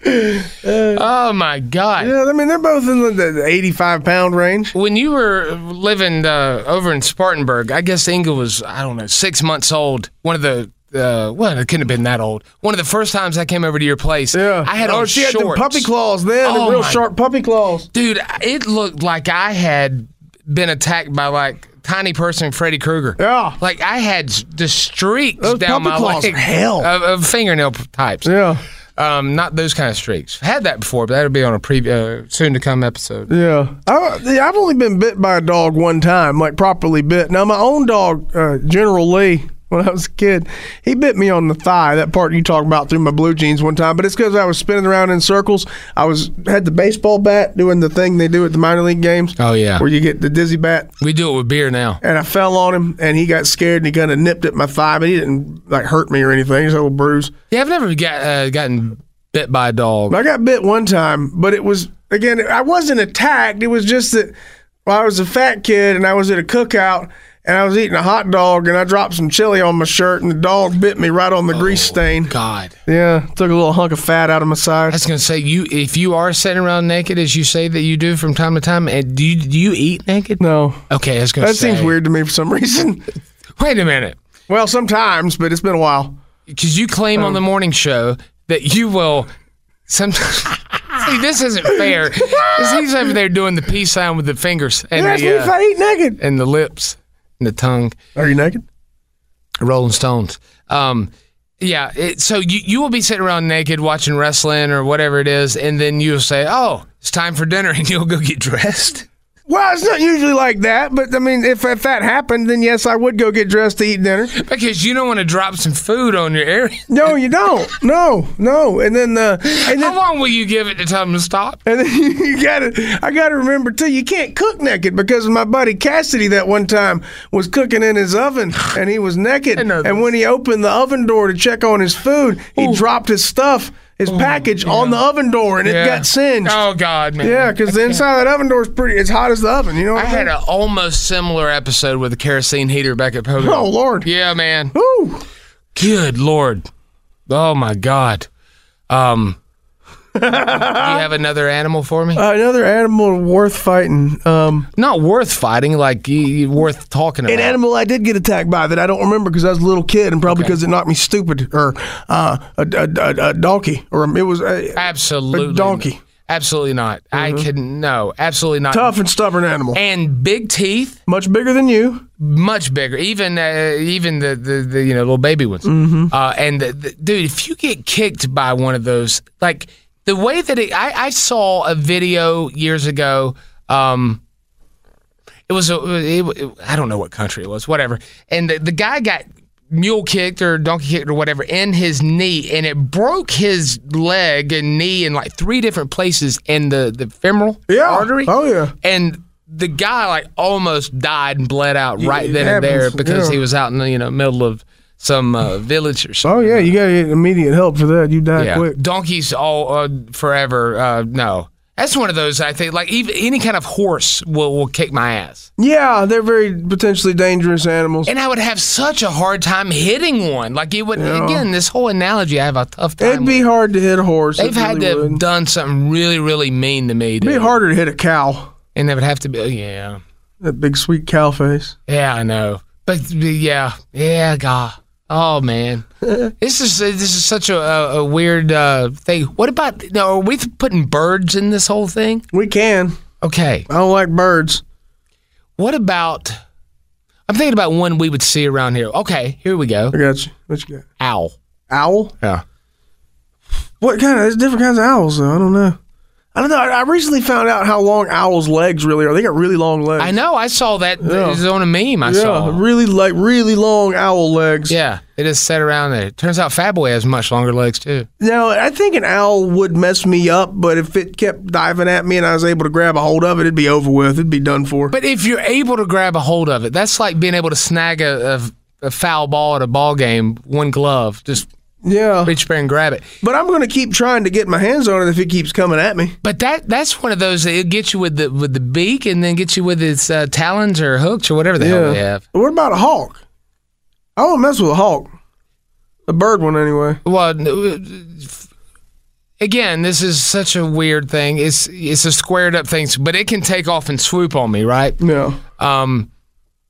D: Oh my god.
E: Yeah, I mean they're both in the, the 85 pound range.
D: When you were living uh, over in Spartanburg, I guess Inga was I don't know six months old. One of the uh, well, it couldn't have been that old. One of the first times I came over to your place,
E: Yeah,
D: I had
E: oh,
D: on
E: she
D: shorts.
E: had them puppy claws then,
D: Oh,
E: the real
D: my-
E: sharp puppy claws.
D: Dude, it looked like I had been attacked by like tiny person Freddy Krueger.
E: Yeah.
D: Like I had s- the streaks
E: Those
D: down
E: puppy
D: my
E: claws
D: leg
E: are hell.
D: Of, of fingernail p- types.
E: Yeah,
D: Um, not those kind of streaks. Had that before, but that'll be on a pre- uh, soon to come episode.
E: yeah. I, I've only been bit by a dog one time, like properly bit. Now my own dog, uh, General Lee. When I was a kid, he bit me on the thigh. That part you talk about through my blue jeans one time, but it's because I was spinning around in circles. I was had the baseball bat doing the thing they do at the minor league games.
D: Oh, yeah.
E: where you get the dizzy bat.
D: We do it with beer now.
E: and I fell on him, and he got scared and he kind of nipped at my thigh, but he didn't like hurt me or anything. Just a little bruise.
D: Yeah, I've never got uh, gotten bit by a dog.
E: But I got bit one time, but it was again, I wasn't attacked. It was just that well, I was a fat kid and I was at a cookout and I was eating a hot dog and I dropped some chili on my shirt and the dog bit me right on the grease stain.
D: God,
E: Yeah, took a little hunk of fat out of my
D: I
E: side.
D: was gonna say you if you are sitting around naked as you say that you do from time to time. And do you, do you eat naked?
E: No,
D: Okay, I was gonna
E: that
D: say
E: seems weird to me for some reason.
D: Wait a minute.
E: Well, sometimes, but it's been a while.
D: because you claim
E: Um.
D: on the morning show that you will sometimes. See, this isn't fair. 'Cause he's over there doing the peace sign with the fingers and
E: You asked me
D: the
E: if
D: uh,
E: I eat naked.
D: and the lips and the tongue.
E: Are you naked?
D: Rolling Stones. Um, yeah. It, so you you will be sitting around naked watching wrestling or whatever it is, and then you'll say, "Oh, it's time for dinner," and you'll go get dressed.
E: Well, it's not usually like that, but I mean, if, if that happened, then yes, I would go get dressed to eat dinner.
D: Because you don't want to drop some food on your area.
E: No, you don't. No, no. And then, uh, and
D: How
E: then,
D: long will you give it to tell them to stop?
E: and then you gotta, I gotta remember too, you can't cook naked because my buddy Cassidy that one time was cooking in his oven and he was naked.
D: I know
E: And
D: this.
E: when he opened the oven door to check on his food, he dropped his stuff, his package on the oven door and it
D: Oh, Yeah.
E: got singed.
D: Oh God, man.
E: Yeah, because the inside of that oven door is pretty, it's hot as the oven. You know what
D: I
E: I,
D: had
E: mean?
D: an almost similar episode with a kerosene heater back at Pogo.
E: Oh, Lord.
D: Yeah, man.
E: Ooh.
D: Good Lord. Oh my God. Um, do you have another animal for me?
E: Uh, another animal worth fighting. Um,
D: Not worth fighting, like y- y- worth talking about.
E: An animal I did get attacked by that I don't remember because I was a little kid and probably because it knocked me stupid or uh, a, a, a, a donkey or um, it was a
D: Absolutely.
E: A donkey. Mm-hmm.
D: Absolutely not. I can no. Absolutely not.
E: tough and stubborn animal,
D: And big teeth,
E: much bigger than you.
D: much bigger. Even uh, even the, the the you know little baby ones.
E: Mm-hmm.
D: Uh, and the, the, dude, if you get kicked by one of those, like the way that it, I I saw a video years ago. Um, it was a, it, it, I don't know what country it was, whatever. And the, the guy got mule kicked or donkey kicked or whatever in his knee, and it broke his leg and knee in like three different places in the the femoral
E: Yeah.
D: artery.
E: Oh, yeah.
D: and. The guy like almost died and bled out right
E: it
D: then and there
E: happens,
D: because
E: yeah.
D: he was out in the you know middle of some uh, village or something.
E: Oh yeah, you gotta get immediate help for that. You die
D: Yeah.
E: quick.
D: Donkeys all uh, forever. Uh, no, that's one of those I think. Like even any kind of horse will will kick my ass,
E: Yeah, they're very potentially dangerous animals.
D: and I would have such a hard time hitting one. Like it would again. This whole analogy, I have a tough time.
E: It'd be
D: with.
E: hard to hit a horse.
D: They've
E: it
D: had
E: really
D: to have
E: would.
D: done something really really mean to me.
E: It'd
D: dude.
E: be harder to hit a cow.
D: and they would have to be. Yeah,
E: That big sweet cow face.
D: yeah, I know. But yeah, yeah, God. Oh man, this is this is such a, a, a weird uh, thing. What about now? Are we putting birds in this whole thing?
E: We can.
D: Okay,
E: I don't like birds.
D: What about? I'm thinking about one we would see around here. Okay, here we go.
E: I got you. What you got?
D: Owl.
E: Owl.
D: Yeah.
E: What kind of? There's different kinds of owls, though. I don't know. I don't know. I, I recently found out how long owls' legs really are. They got really long legs.
D: I know. I saw that. It was on a meme. I
E: yeah,
D: saw.
E: really like really long owl legs.
D: Yeah, it is set around there. Turns out Fatboy has much longer legs too.
E: Now I think an owl would mess me up, but if it kept diving at me and I was able to grab a hold of it, it'd be over with. It'd be done for.
D: But if you're able to grab a hold of it, that's like being able to snag a, a, a foul ball at a ball game, one glove, just
E: yeah.
D: reach there and grab it.
E: But I'm gonna keep trying to get my hands on it if it keeps coming at me.
D: But that that's one of those that it gets you with the with the beak and then gets you with its uh, talons or hooks or whatever the hell they have.
E: What about a hawk? I don't mess with a hawk. The bird one, anyway.
D: Well, n- uh, again, this is such a weird thing. It's it's a squared up thing, but it can take off and swoop on me, right?
E: No.
D: Um,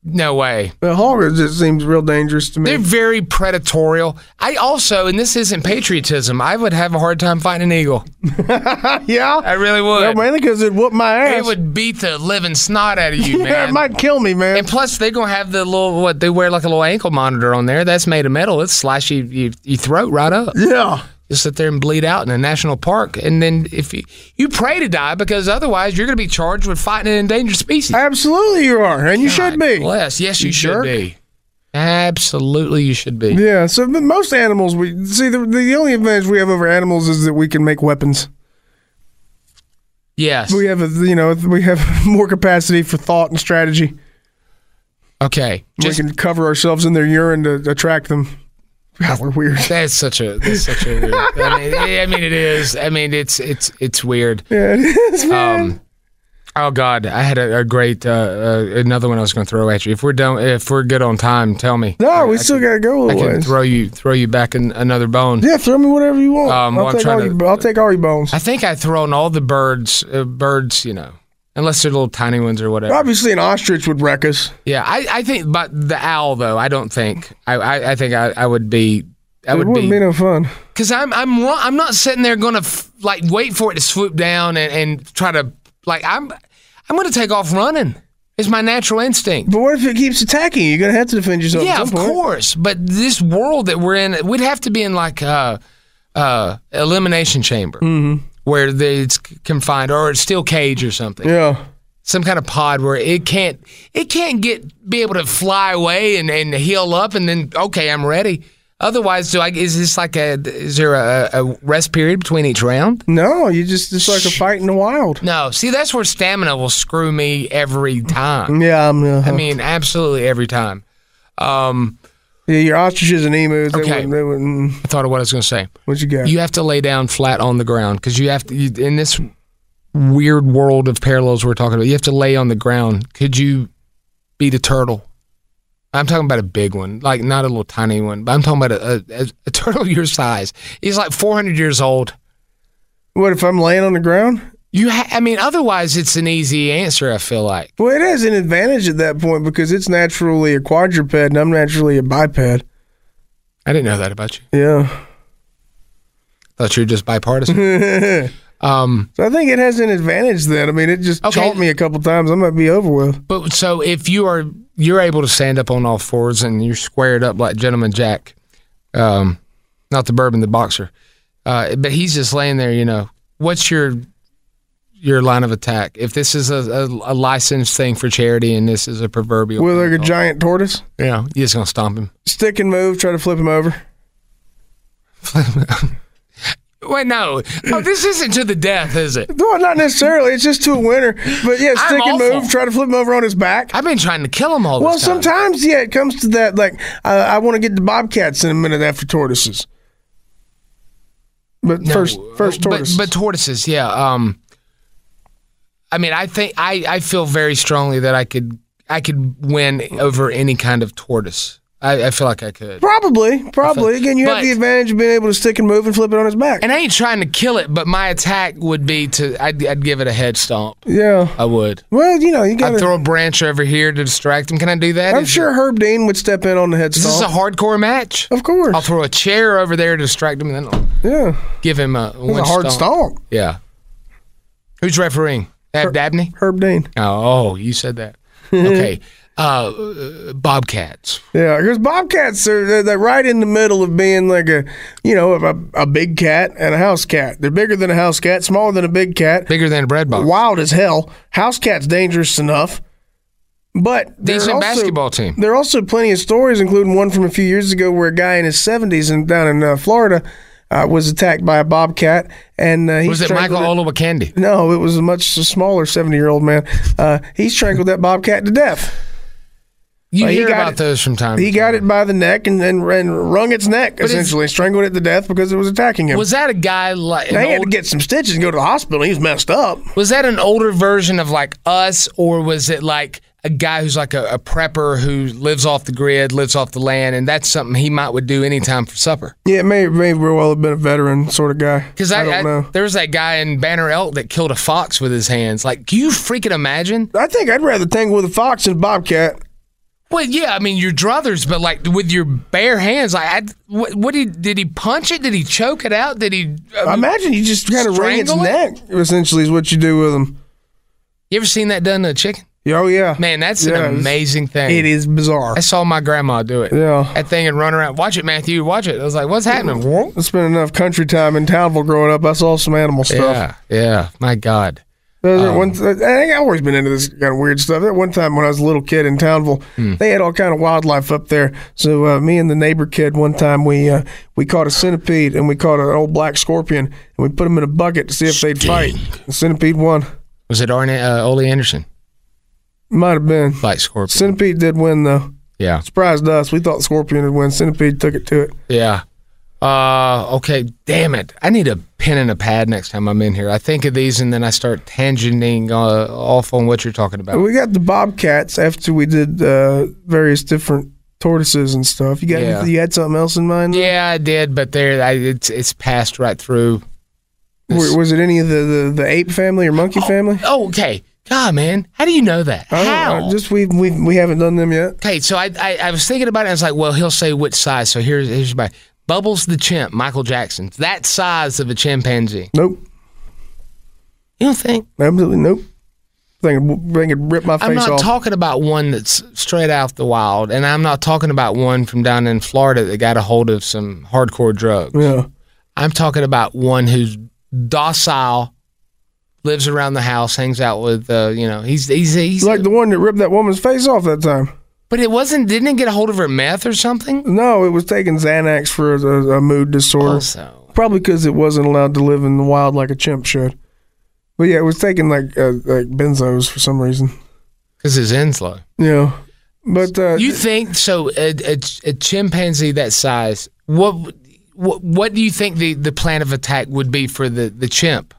D: no way.
E: The hog just seems real dangerous to me.
D: They're very predatorial. I also, and this isn't patriotism. I would have a hard time fighting an eagle.
E: yeah.
D: I really would.
E: No, mainly because it whooped my ass.
D: it would beat the living snot out of you, man.
E: yeah, it might kill me, man.
D: And plus, they're gonna have the little what they wear like a little ankle monitor on there. That's made of metal. It slice you, you, you throat right up.
E: yeah.
D: Just sit there and bleed out in a national park. And then if you, you pray to die, because otherwise you're gonna be charged with fighting an endangered species.
E: Absolutely, you are, and you
D: God
E: should be.
D: Bless. Yes, you,
E: You
D: should
E: jerk.
D: be. Absolutely, you should be.
E: Yeah. So but most animals, we see the, the only advantage we have over animals is that we can make weapons.
D: Yes.
E: We have, a, you know, we have more capacity for thought and strategy.
D: Okay. Just,
E: we can cover ourselves in their urine to attract them. God, we're weird.
D: that's such a that's such a. Weird, I, mean, I mean, it is. I mean, it's it's it's weird.
E: Yeah, it is, man.
D: Um, oh God, I had a, a great uh, uh, another one I was going to throw at you. If we're done, if we're good on time, tell me.
E: no, we still got to go a
D: Oh, I
E: little
D: can
E: ways.
D: throw you throw you back in another bone.
E: yeah, throw me whatever you want.
D: Um,
E: I'll,
D: well, I'm
E: take all
D: trying to-
E: your, I'll take all your bones.
D: I think I thrown all the birds uh, birds you know unless they're little tiny ones or whatever.
E: Obviously, an ostrich would wreck us.
D: Yeah, I, I think but the owl though I don't think I I, I think I, I would be. I
E: It
D: would
E: wouldn't be,
D: be
E: no fun.
D: because I'm I'm wrong, I'm not sitting there gonna f- like wait for it to swoop down and, and try to like I'm I'm gonna take off running. It's my natural instinct.
E: But what if it keeps attacking you? You're gonna have to defend yourself. at
D: Yeah,
E: some
D: of
E: point.
D: course. But this world that we're in, we'd have to be in like a, uh elimination chamber where they, it's confined or it's steel cage or something,
E: Yeah.
D: some kind of pod where it can't it can't get be able to fly away and, and heal up and then okay, I'm ready. Otherwise, do I is this like a is there a, a rest period between each round?
E: No, you just it's like a fight in the wild.
D: No, see that's where stamina will screw me every time.
E: Yeah, I'm. Uh,
D: I mean, absolutely every time. Um,
E: yeah, your ostriches and emus. They
D: Okay.
E: wouldn't, they wouldn't. mm,
D: I thought of what I was going to say.
E: What you got?
D: you have to lay down flat on the ground because you have to you, in this weird world of parallels we're talking about you have to lay on the ground could you beat a turtle i'm talking about a big one like not a little tiny one but i'm talking about a, a, a turtle your size he's like 400 years old
E: what if I'm laying on the ground?
D: you ha- i mean otherwise it's an easy answer i feel like
E: Well, it has an advantage at that point because it's naturally a quadruped and I'm naturally a biped.
D: i didn't know that about you
E: Yeah.
D: thought you were just bipartisan um
E: So I think it has an advantage then. I mean, it just
D: Okay.
E: chomped me a couple times. I might be over with.
D: But so if you are you're able to stand up on all fours and you're squared up like gentleman Jack, um, not the bourbon, the boxer, uh, but he's just laying there. You know, what's your your line of attack? If this is a, a, a licensed thing for charity and this is a proverbial,
E: With like a giant tortoise.
D: you know, you're just gonna stomp him.
E: Stick and move, try to flip him over.
D: Wait, no, oh, this isn't to the death, is it?
E: No, not necessarily. It's just to a winner. But yeah,
D: I'm
E: stick and
D: awful.
E: move, try to flip him over on his back.
D: I've been trying to kill him all
E: Well,
D: this time.
E: sometimes, yeah, it comes to that. Like, uh, I want to get the bobcats in a minute after tortoises. But
D: No,
E: first, first
D: but-
E: tortoises.
D: But, tortoises, yeah. Um, I mean, I think I, I feel very strongly that I could I could win over any kind of tortoise. I, I feel like I could.
E: Probably, probably. Again, you
D: But-
E: have the advantage of being able to stick and move and flip it on his back.
D: And I ain't trying to kill it, but my attack would be to I'd, I'd give it a head stomp.
E: yeah.
D: I would.
E: Well, you know, you got
D: I'd
E: to.
D: throw a branch over here to distract him. Can I do that?
E: I'm
D: Is-
E: sure Herb Dean would step in on the
D: Is this a
E: headstone.
D: hardcore match?
E: Of course.
D: I'll throw a chair over there to distract him, and then I'll
E: yeah.
D: give him a,
E: It was
D: one
E: a hard stomp.
D: Yeah. Who's refereeing? Ab Dabney.
E: Herb Dean.
D: Oh, oh, you said that. Okay. Uh, uh, bobcats.
E: Yeah, because bobcats are they're, they're right in the middle of being like a, you know, a, a big cat and a house cat. They're bigger than a house cat, smaller than a big cat,
D: Bigger than a bread box.
E: wild as hell. House cat's dangerous enough, but they're
D: Decent
E: also-
D: basketball team.
E: There are also plenty of stories, including one from a few years ago where a guy in his 70s and down in uh, Florida uh, was attacked by a bobcat, and uh, he
D: Was it Michael
E: strangled
D: Olawa Candy?
E: No, it was a much smaller 70 year old man. Uh, he strangled that bobcat to death.
D: You
E: Well, he
D: hear
E: got
D: about
E: it.
D: those from time. to
E: He got
D: time.
E: it by the neck and then ran, wrung its neck
D: it's-
E: essentially, strangled it to death because it was attacking him.
D: Was that a guy like?
E: they
D: An
E: had to
D: old,
E: get some stitches and go to the hospital. He was messed up.
D: was that an older version of like us, or was it like a guy who's like a, a prepper who lives off the grid, lives off the land, and that's something he might would do anytime for supper.
E: Yeah, it may may very well have been a veteran sort of guy.
D: Because
E: I,
D: I,
E: don't
D: I-
E: know.
D: there was that guy in Banner Elk that killed a fox with his hands. Like, can you freaking imagine?
E: I think I'd rather tangle with a fox than a bobcat.
D: Well, yeah, I mean your druthers, but like with your bare hands. Like, I, what, what did did he punch it? Did he choke it out? Did he? um,
E: I imagine you just kind of wring its
D: Strangle it?
E: neck. Essentially, is what you do with them.
D: You ever seen that done to a chicken?
E: Oh yeah,
D: Man, that's
E: Yeah,
D: an
E: it's-
D: amazing thing.
E: It is bizarre.
D: I saw my grandma do it.
E: Yeah.
D: That thing and run around. Watch it, Matthew. Watch it. I was like, what's happening? Whoop.
E: I spent enough country time in Townville growing up. I saw some animal stuff.
D: Yeah. Um, Yeah. My God.
E: Those are one I think I've always been into this kind of weird stuff. At one time when I was a little kid in Townville,
D: Hmm.
E: they had all kind of wildlife up there. So uh, me and the neighbor kid one time we uh, we caught a centipede and we caught an old black scorpion and we put them in a bucket to see if they'd fight. The centipede won.
D: Was it Arne, uh, Ole Anderson?
E: Might have been.
D: Like Scorpion.
E: Centipede did win though.
D: yeah.
E: Surprised us. We thought the scorpion would win. Centipede took it to it.
D: Yeah. Uh, okay. Damn it. I need a pen and a pad next time I'm in here. I think of these and then I start tangenting uh, off on what you're talking about.
E: We got the bobcats after we did uh, various different tortoises and stuff. You got
D: Yeah.
E: you had something else in mind?
D: yeah, I did, but there, I, it's it's passed right through.
E: Were- was it any of the, the, the ape family or monkey family?
D: Oh, okay. God, man, how do you know that?
E: I don't-
D: how?
E: I just we we we haven't done them yet.
D: Okay, so I, I I was thinking about it. I was like, well, he'll say which size. So here's here's my Bubbles the chimp, Michael Jackson. That size of a chimpanzee.
E: Nope,
D: You don't think?
E: absolutely nope. They could, they could rip my face
D: I'm not
E: off.
D: talking about one that's straight out the wild, and I'm not talking about one from down in Florida that got a hold of some hardcore drugs.
E: yeah,
D: I'm talking about one who's docile, lives around the house, hangs out with uh, you know, he's he's he's
E: it's like the one that ripped that woman's face off that time.
D: But it wasn't didn't it get a hold of her meth or something?
E: No, it was taking Xanax for a, a mood disorder,
D: Also.
E: probably because it wasn't allowed to live in the wild like a chimp should. But yeah, it was taking like uh, like benzos for some reason.
D: Because his end's low.
E: Yeah, but uh,
D: You think so? A, a, a chimpanzee that size. What, what what do you think the, the plan of attack would be for the, the chimp?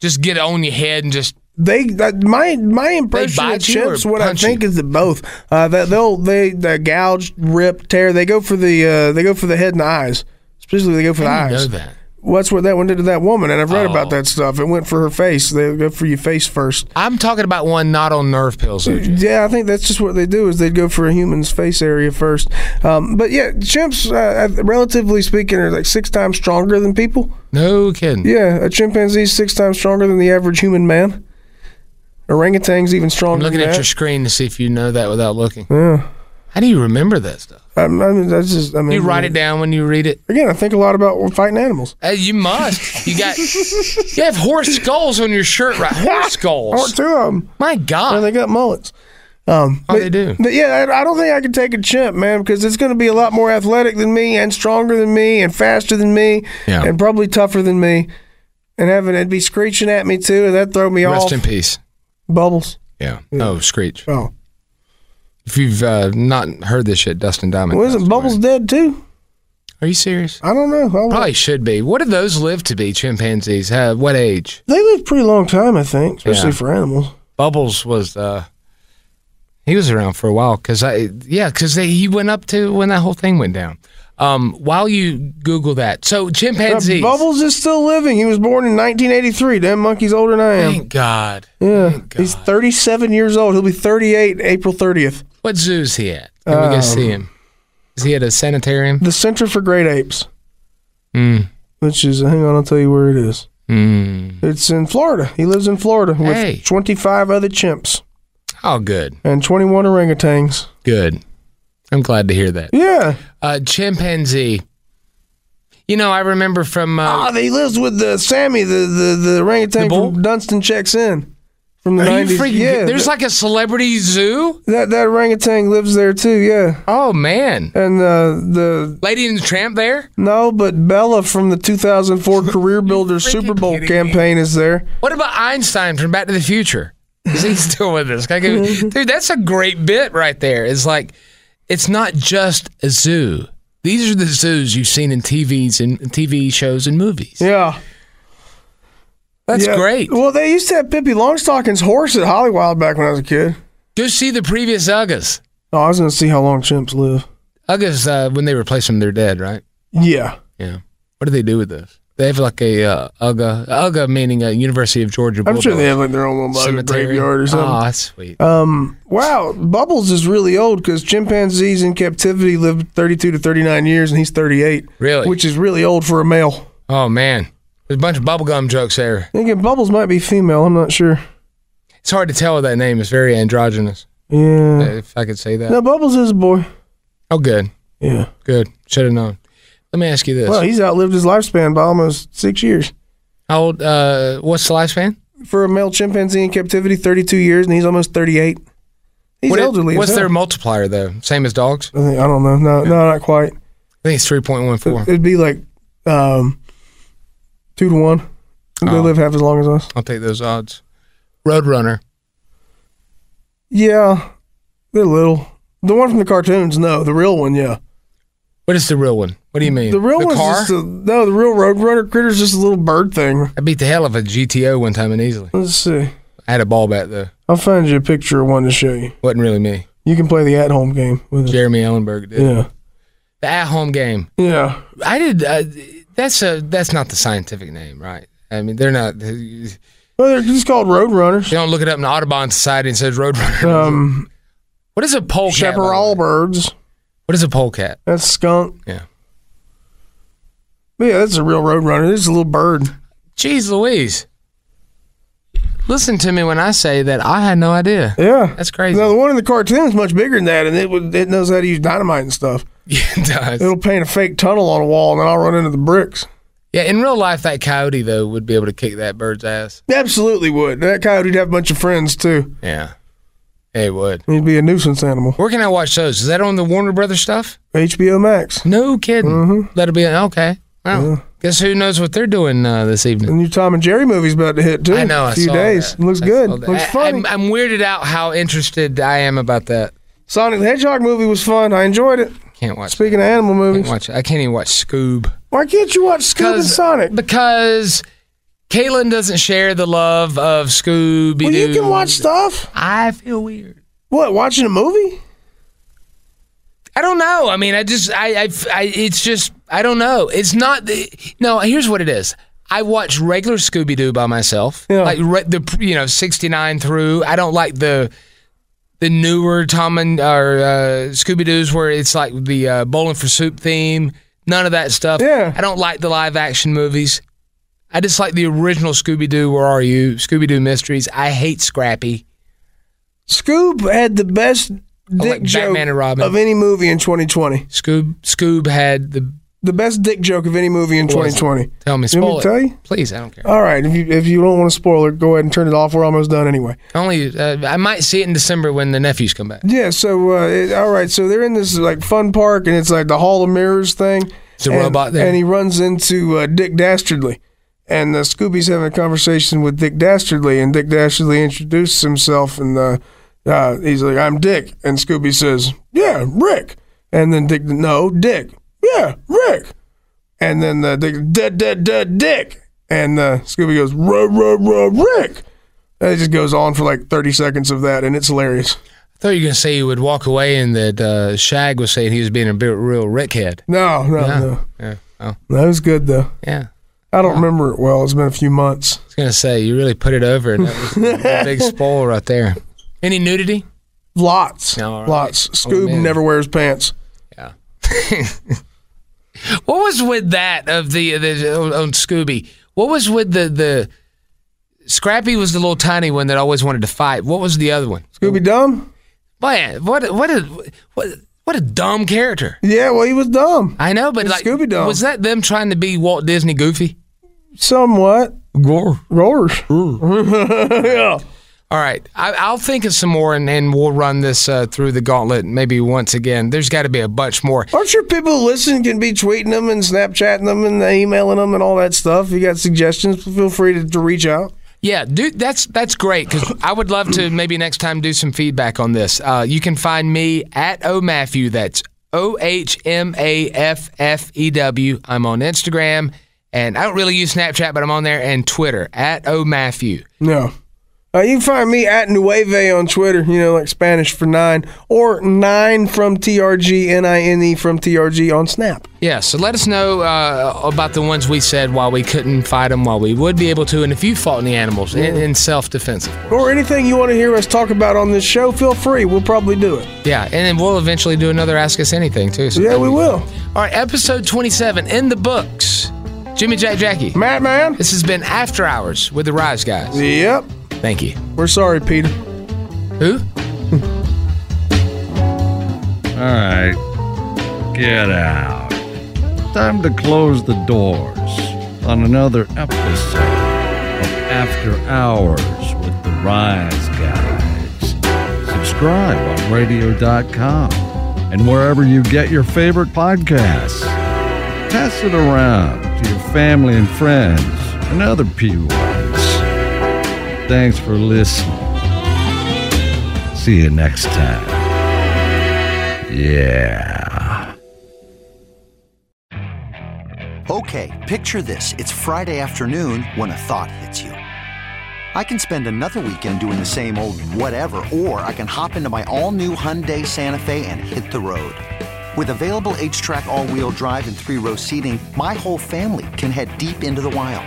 D: Just get on your head and just
E: They that, my my impression of
D: bite you or
E: chimps. What I
D: punch you?
E: think is that both uh, that they'll they, they gouge, rip, tear. They go for the uh, they go for the head and the eyes. Especially they go for the
D: I know
E: eyes.
D: that.
E: What's what that one did to that woman? And I've read
D: Oh.
E: about that stuff. It went for her face. They go for your face first.
D: I'm talking about one not on nerve pills. OJ.
E: Yeah, I think that's just what they do is they'd go for a human's face area first. Um, but yeah, chimps, uh, uh, relatively speaking, are like six times stronger than people.
D: No kidding.
E: Yeah, a chimpanzee is six times stronger than the average human man. Orangutan's even
D: I'm
E: stronger.
D: looking
E: than
D: at
E: that.
D: your screen to see if you know that without looking.
E: Yeah.
D: How do you remember that stuff?
E: I, I mean, that's just. I mean,
D: You write it down when you read it.
E: again. I think a lot about fighting animals.
D: Uh, you must. You got. You have horse skulls on your shirt, right? Horse
E: I want
D: skulls.
E: two of them,
D: My
E: and
D: God.
E: they got mullets. Um,
D: Oh,
E: but-
D: they do.
E: But yeah, I, I don't think I could take a chimp, man, because it's going to be a lot more athletic than me, and stronger than me, and faster than me,
D: Yeah.
E: and probably tougher than me, and having it'd be screeching at me too, and that throw me off.
D: Rest in peace.
E: Bubbles.
D: Yeah. Oh, screech.
E: Oh,
D: If you've uh, not heard this shit, Dustin Diamond.
E: well, isn't
D: passed away.
E: Bubbles dead too?
D: Are you serious?
E: I don't know. I don't-
D: Probably should be. What do those live to be? Chimpanzees? Uh, what age?
E: They live a pretty long time, I think, especially
D: Yeah.
E: for animals.
D: Bubbles was. Uh, he was around for a while because I yeah because he went up to when that whole thing went down. Um, while you Google that, so
E: Uh,
D: chimpanzees.
E: Bubbles is still living. He was born in 1983. Damn monkey's older than I am.
D: Thank God.
E: Yeah, he's 37 years old. He'll be 38 April 30th.
D: What zoo's he at? Can we go see him? Is he at a sanitarium?
E: The Center for Great Apes,
D: Mm.
E: which is hang on, I'll tell you where it is.
D: Mm.
E: It's in Florida. He lives in Florida with
D: Hey.
E: 25 other chimps
D: Oh, good,
E: and 21 orangutans.
D: good. I'm glad to hear that.
E: Yeah.
D: Uh, chimpanzee. You know, I remember from uh,
E: Ah, he lives with the Sammy, the the, the orangutan
D: The bull?
E: from Dunstan checks in from the
D: Are
E: 90s.
D: you freaking
E: yeah.
D: There's like a celebrity zoo?
E: that that orangutan lives there too. Yeah.
D: Oh man.
E: And uh, the
D: Lady and the Tramp there?
E: no, but Bella from the 2004 Career Builder Super Bowl campaign is there.
D: What about Einstein from Back to the Future? Is he still with us? Can I go- Dude, that's a great bit right there. It's like it's not just a zoo. These are the zoos you've seen in TVs and TV shows and movies.
E: Yeah.
D: That's
E: Yeah.
D: great.
E: Well, they used to have Pippi Longstocking's horse at Hollywild back when I was a kid.
D: Go see the previous Uggas.
E: Oh, I was going to see how long chimps live.
D: Uggas, uh, when they replace them, they're dead, right?
E: Yeah.
D: Yeah. What do they do with this? They have like a uh, Ugga, Ugga meaning a University of Georgia.
E: I'm sure
D: Bulldog
E: they have like their own little like,
D: cemetery.
E: graveyard or
D: Oh,
E: something.
D: that's sweet.
E: Um, wow, Bubbles is really old because chimpanzees in captivity live 32 to 39 years, and he's 38,
D: Really?
E: which is really old for a male.
D: oh man, there's a bunch of bubblegum jokes there.
E: Thinking Bubbles might be female. I'm not sure.
D: It's hard to tell with that name. It's very androgynous.
E: Yeah.
D: If I could say that.
E: No, Bubbles is a boy.
D: Oh, good,
E: Yeah.
D: good. Should have known. Let me ask you this.
E: Well, he's outlived his lifespan by almost six years.
D: How old? Uh, what's the lifespan?
E: For a male chimpanzee in captivity, 32 years, and he's almost 38. He's
D: What it-
E: elderly. as
D: what's
E: hell.
D: their multiplier though? Same as dogs?
E: I, think, I don't know. No, no, not quite.
D: I think it's three point one four.
E: It'd be like um, two to one. They
D: Oh.
E: live half as long as us.
D: I'll take those odds. Roadrunner.
E: Yeah, they're little. The one from the cartoons, no. The real one, yeah.
D: What is the real one? What do you mean?
E: The real one's
D: car?
E: just a, no. The real Roadrunner critter's just a little bird thing.
D: I beat the hell of a GTO one time in easily.
E: Let's see.
D: I had a ball bat though.
E: I'll find you a picture of one to show you.
D: Wasn't really me.
E: You can play the at-home game with it.
D: Jeremy Ellenberg did.
E: Yeah,
D: The at home game.
E: yeah.
D: I did. Uh, that's a that's not the scientific name, right? I mean, they're not. They
E: Well, they're just called Roadrunners.
D: don't look it up in Audubon Society and says Roadrunner.
E: Um,
D: what is a polecat? by the way?
E: chaparral birds.
D: What is a polecat?
E: That's skunk.
D: Yeah.
E: But yeah, that's a real Roadrunner. This is a little bird.
D: Jeez Louise. Listen to me when I say that I had no idea.
E: Yeah,
D: That's crazy.
E: Now the one in the cartoon is much bigger than that, and it would, it knows how to use dynamite and stuff.
D: Yeah, it does.
E: It'll paint a fake tunnel on a wall, and then I'll run into the bricks.
D: Yeah, in real life, that coyote though would be able to kick that bird's ass.
E: Absolutely would. That coyote'd have a bunch of friends too.
D: Yeah, it would.
E: He'd be a nuisance animal.
D: Where can I watch those? Is that on the Warner Brothers stuff?
E: HBO Max.
D: No kidding.
E: Mm-hmm.
D: That'll be okay. Wow. Guess who knows what they're doing uh, this evening?
E: The new Tom and Jerry movie's about to hit too.
D: I know.
E: A
D: I
E: few
D: saw
E: days.
D: that.
E: Looks
D: I
E: good.
D: saw that.
E: Looks
D: I-
E: funny.
D: I'm, I'm weirded out how interested I am about that.
E: Sonic the Hedgehog movie was fun. I enjoyed it.
D: Can't watch.
E: Speaking of animal
D: that. can't
E: movies,
D: watch. it. I can't even watch Scoob
E: why can't you watch Scoob and Sonic?
D: because Caitlin doesn't share the love of Scooby.
E: Well, you can watch stuff.
D: I feel weird.
E: What? Watching a movie?
D: I don't know. I mean, I just, I, I, I- it's just, I don't know. It's not the. No, here's what it is. I watch regular Scooby Doo by myself,
E: Yeah.
D: like re- the you know sixty nine through. I don't like the the newer Tom and or uh, Scooby Doo's where it's like the uh, Bowling for Soup theme. None of that stuff.
E: Yeah.
D: I don't like the live action movies. I just like the original Scooby Doo. Where are you? Scooby Doo Mysteries. I hate Scrappy.
E: Scoob had the best dick
D: Oh, like
E: joke
D: Batman and Robin.
E: of any movie in 2020.
D: Scoob Scoob had the.
E: The best dick joke of any movie in
D: What was it?
E: 2020.
D: Tell me,
E: You
D: spoil
E: want me
D: it,
E: to tell you?
D: please. I don't care.
E: All right. If you if you don't want to spoil it, go ahead and turn it off. We're almost done anyway.
D: Only uh, I might see it in December when the nephews come back.
E: Yeah, so uh, it, all right, so they're in this like fun park, and it's like the Hall of Mirrors thing.
D: It's a
E: and,
D: robot there.
E: and he runs into uh, Dick Dastardly, and uh, Scooby's having a conversation with Dick Dastardly, and Dick Dastardly introduces himself, and uh, uh, he's like, "I'm Dick," and Scooby says, "Yeah, Rick," and then Dick, "No, Dick, yeah, Rick," and then uh, Dick, "Da da da, Dick," and uh, Scooby goes, "Ruh ruh ruh, Rick," and it just goes on for like thirty seconds of that, and it's hilarious.
D: I thought you were gonna say you would walk away and that uh, Shag was saying he was being a bit real rickhead.
E: No, no,
D: Yeah.
E: no.
D: Yeah. Oh,
E: That was good though.
D: yeah.
E: I don't remember it well. It's been a few months.
D: I was gonna say you really put it over, and that was a big spoil right there. Any nudity?
E: Lots,
D: No, all right.
E: lots.
D: Oh,
E: Scoob
D: man.
E: never wears pants.
D: Yeah. what was with that of the, the on on Scooby? What was with the the Scrappy was the little tiny one that always wanted to fight. What was the other one?
E: Scooby dumb?
D: Man, what a- what a what a- what a dumb character.
E: Yeah, well, he was dumb,
D: I know, but
E: It's
D: like
E: Scooby-Doo.
D: Was that them trying to be Walt Disney Goofy?
E: somewhat.
D: Gore.
E: Roars. yeah.
D: All right, I, I'll think of some more, and, and we'll run this uh, through the gauntlet maybe once again. There's got to be a bunch more.
E: Aren't sure people who listen can be tweeting them and Snapchatting them and emailing them and all that stuff. If you got suggestions, feel free to, to reach out.
D: Yeah, dude, that's that's great because I would love to maybe next time do some feedback on this. Uh, you can find me at O'Matthew. That's O H M A F F E W. I'm on Instagram, and I don't really use Snapchat, but I'm on there and Twitter at O'Matthew.
E: No. Uh, you can find me at Nueve on Twitter, you know, like Spanish for nine, or nine from TRG, N I N E from TRG on Snap.
D: Yeah, so let us know uh, about the ones we said while we couldn't fight them, while we would be able to, and if you fought any animals in, in self defense.
E: Or anything you want to hear us talk about on this show, feel free. We'll probably do it.
D: Yeah, and then we'll eventually do another Ask Us Anything, too. So
E: Yeah, we will.
D: All right, episode 27 in the books. Jimmy Jack Jackie.
E: Matt, man.
D: This has been After Hours with the Rise Guys.
E: Yep.
D: Thank you.
E: We're sorry, Peter.
D: Who?
C: All right, get out. Time to close the doors on another episode of After Hours with the Rise Guys. Subscribe on radio.com and wherever you get your favorite podcasts. Pass it around to your family and friends and other P1s. Thanks for listening. See you next time. Yeah.
F: Okay, picture this. It's Friday afternoon when a thought hits you. I can spend another weekend doing the same old whatever, or I can hop into my all new Hyundai Santa Fe and hit the road. With available H track, all wheel drive, and three row seating, my whole family can head deep into the wild.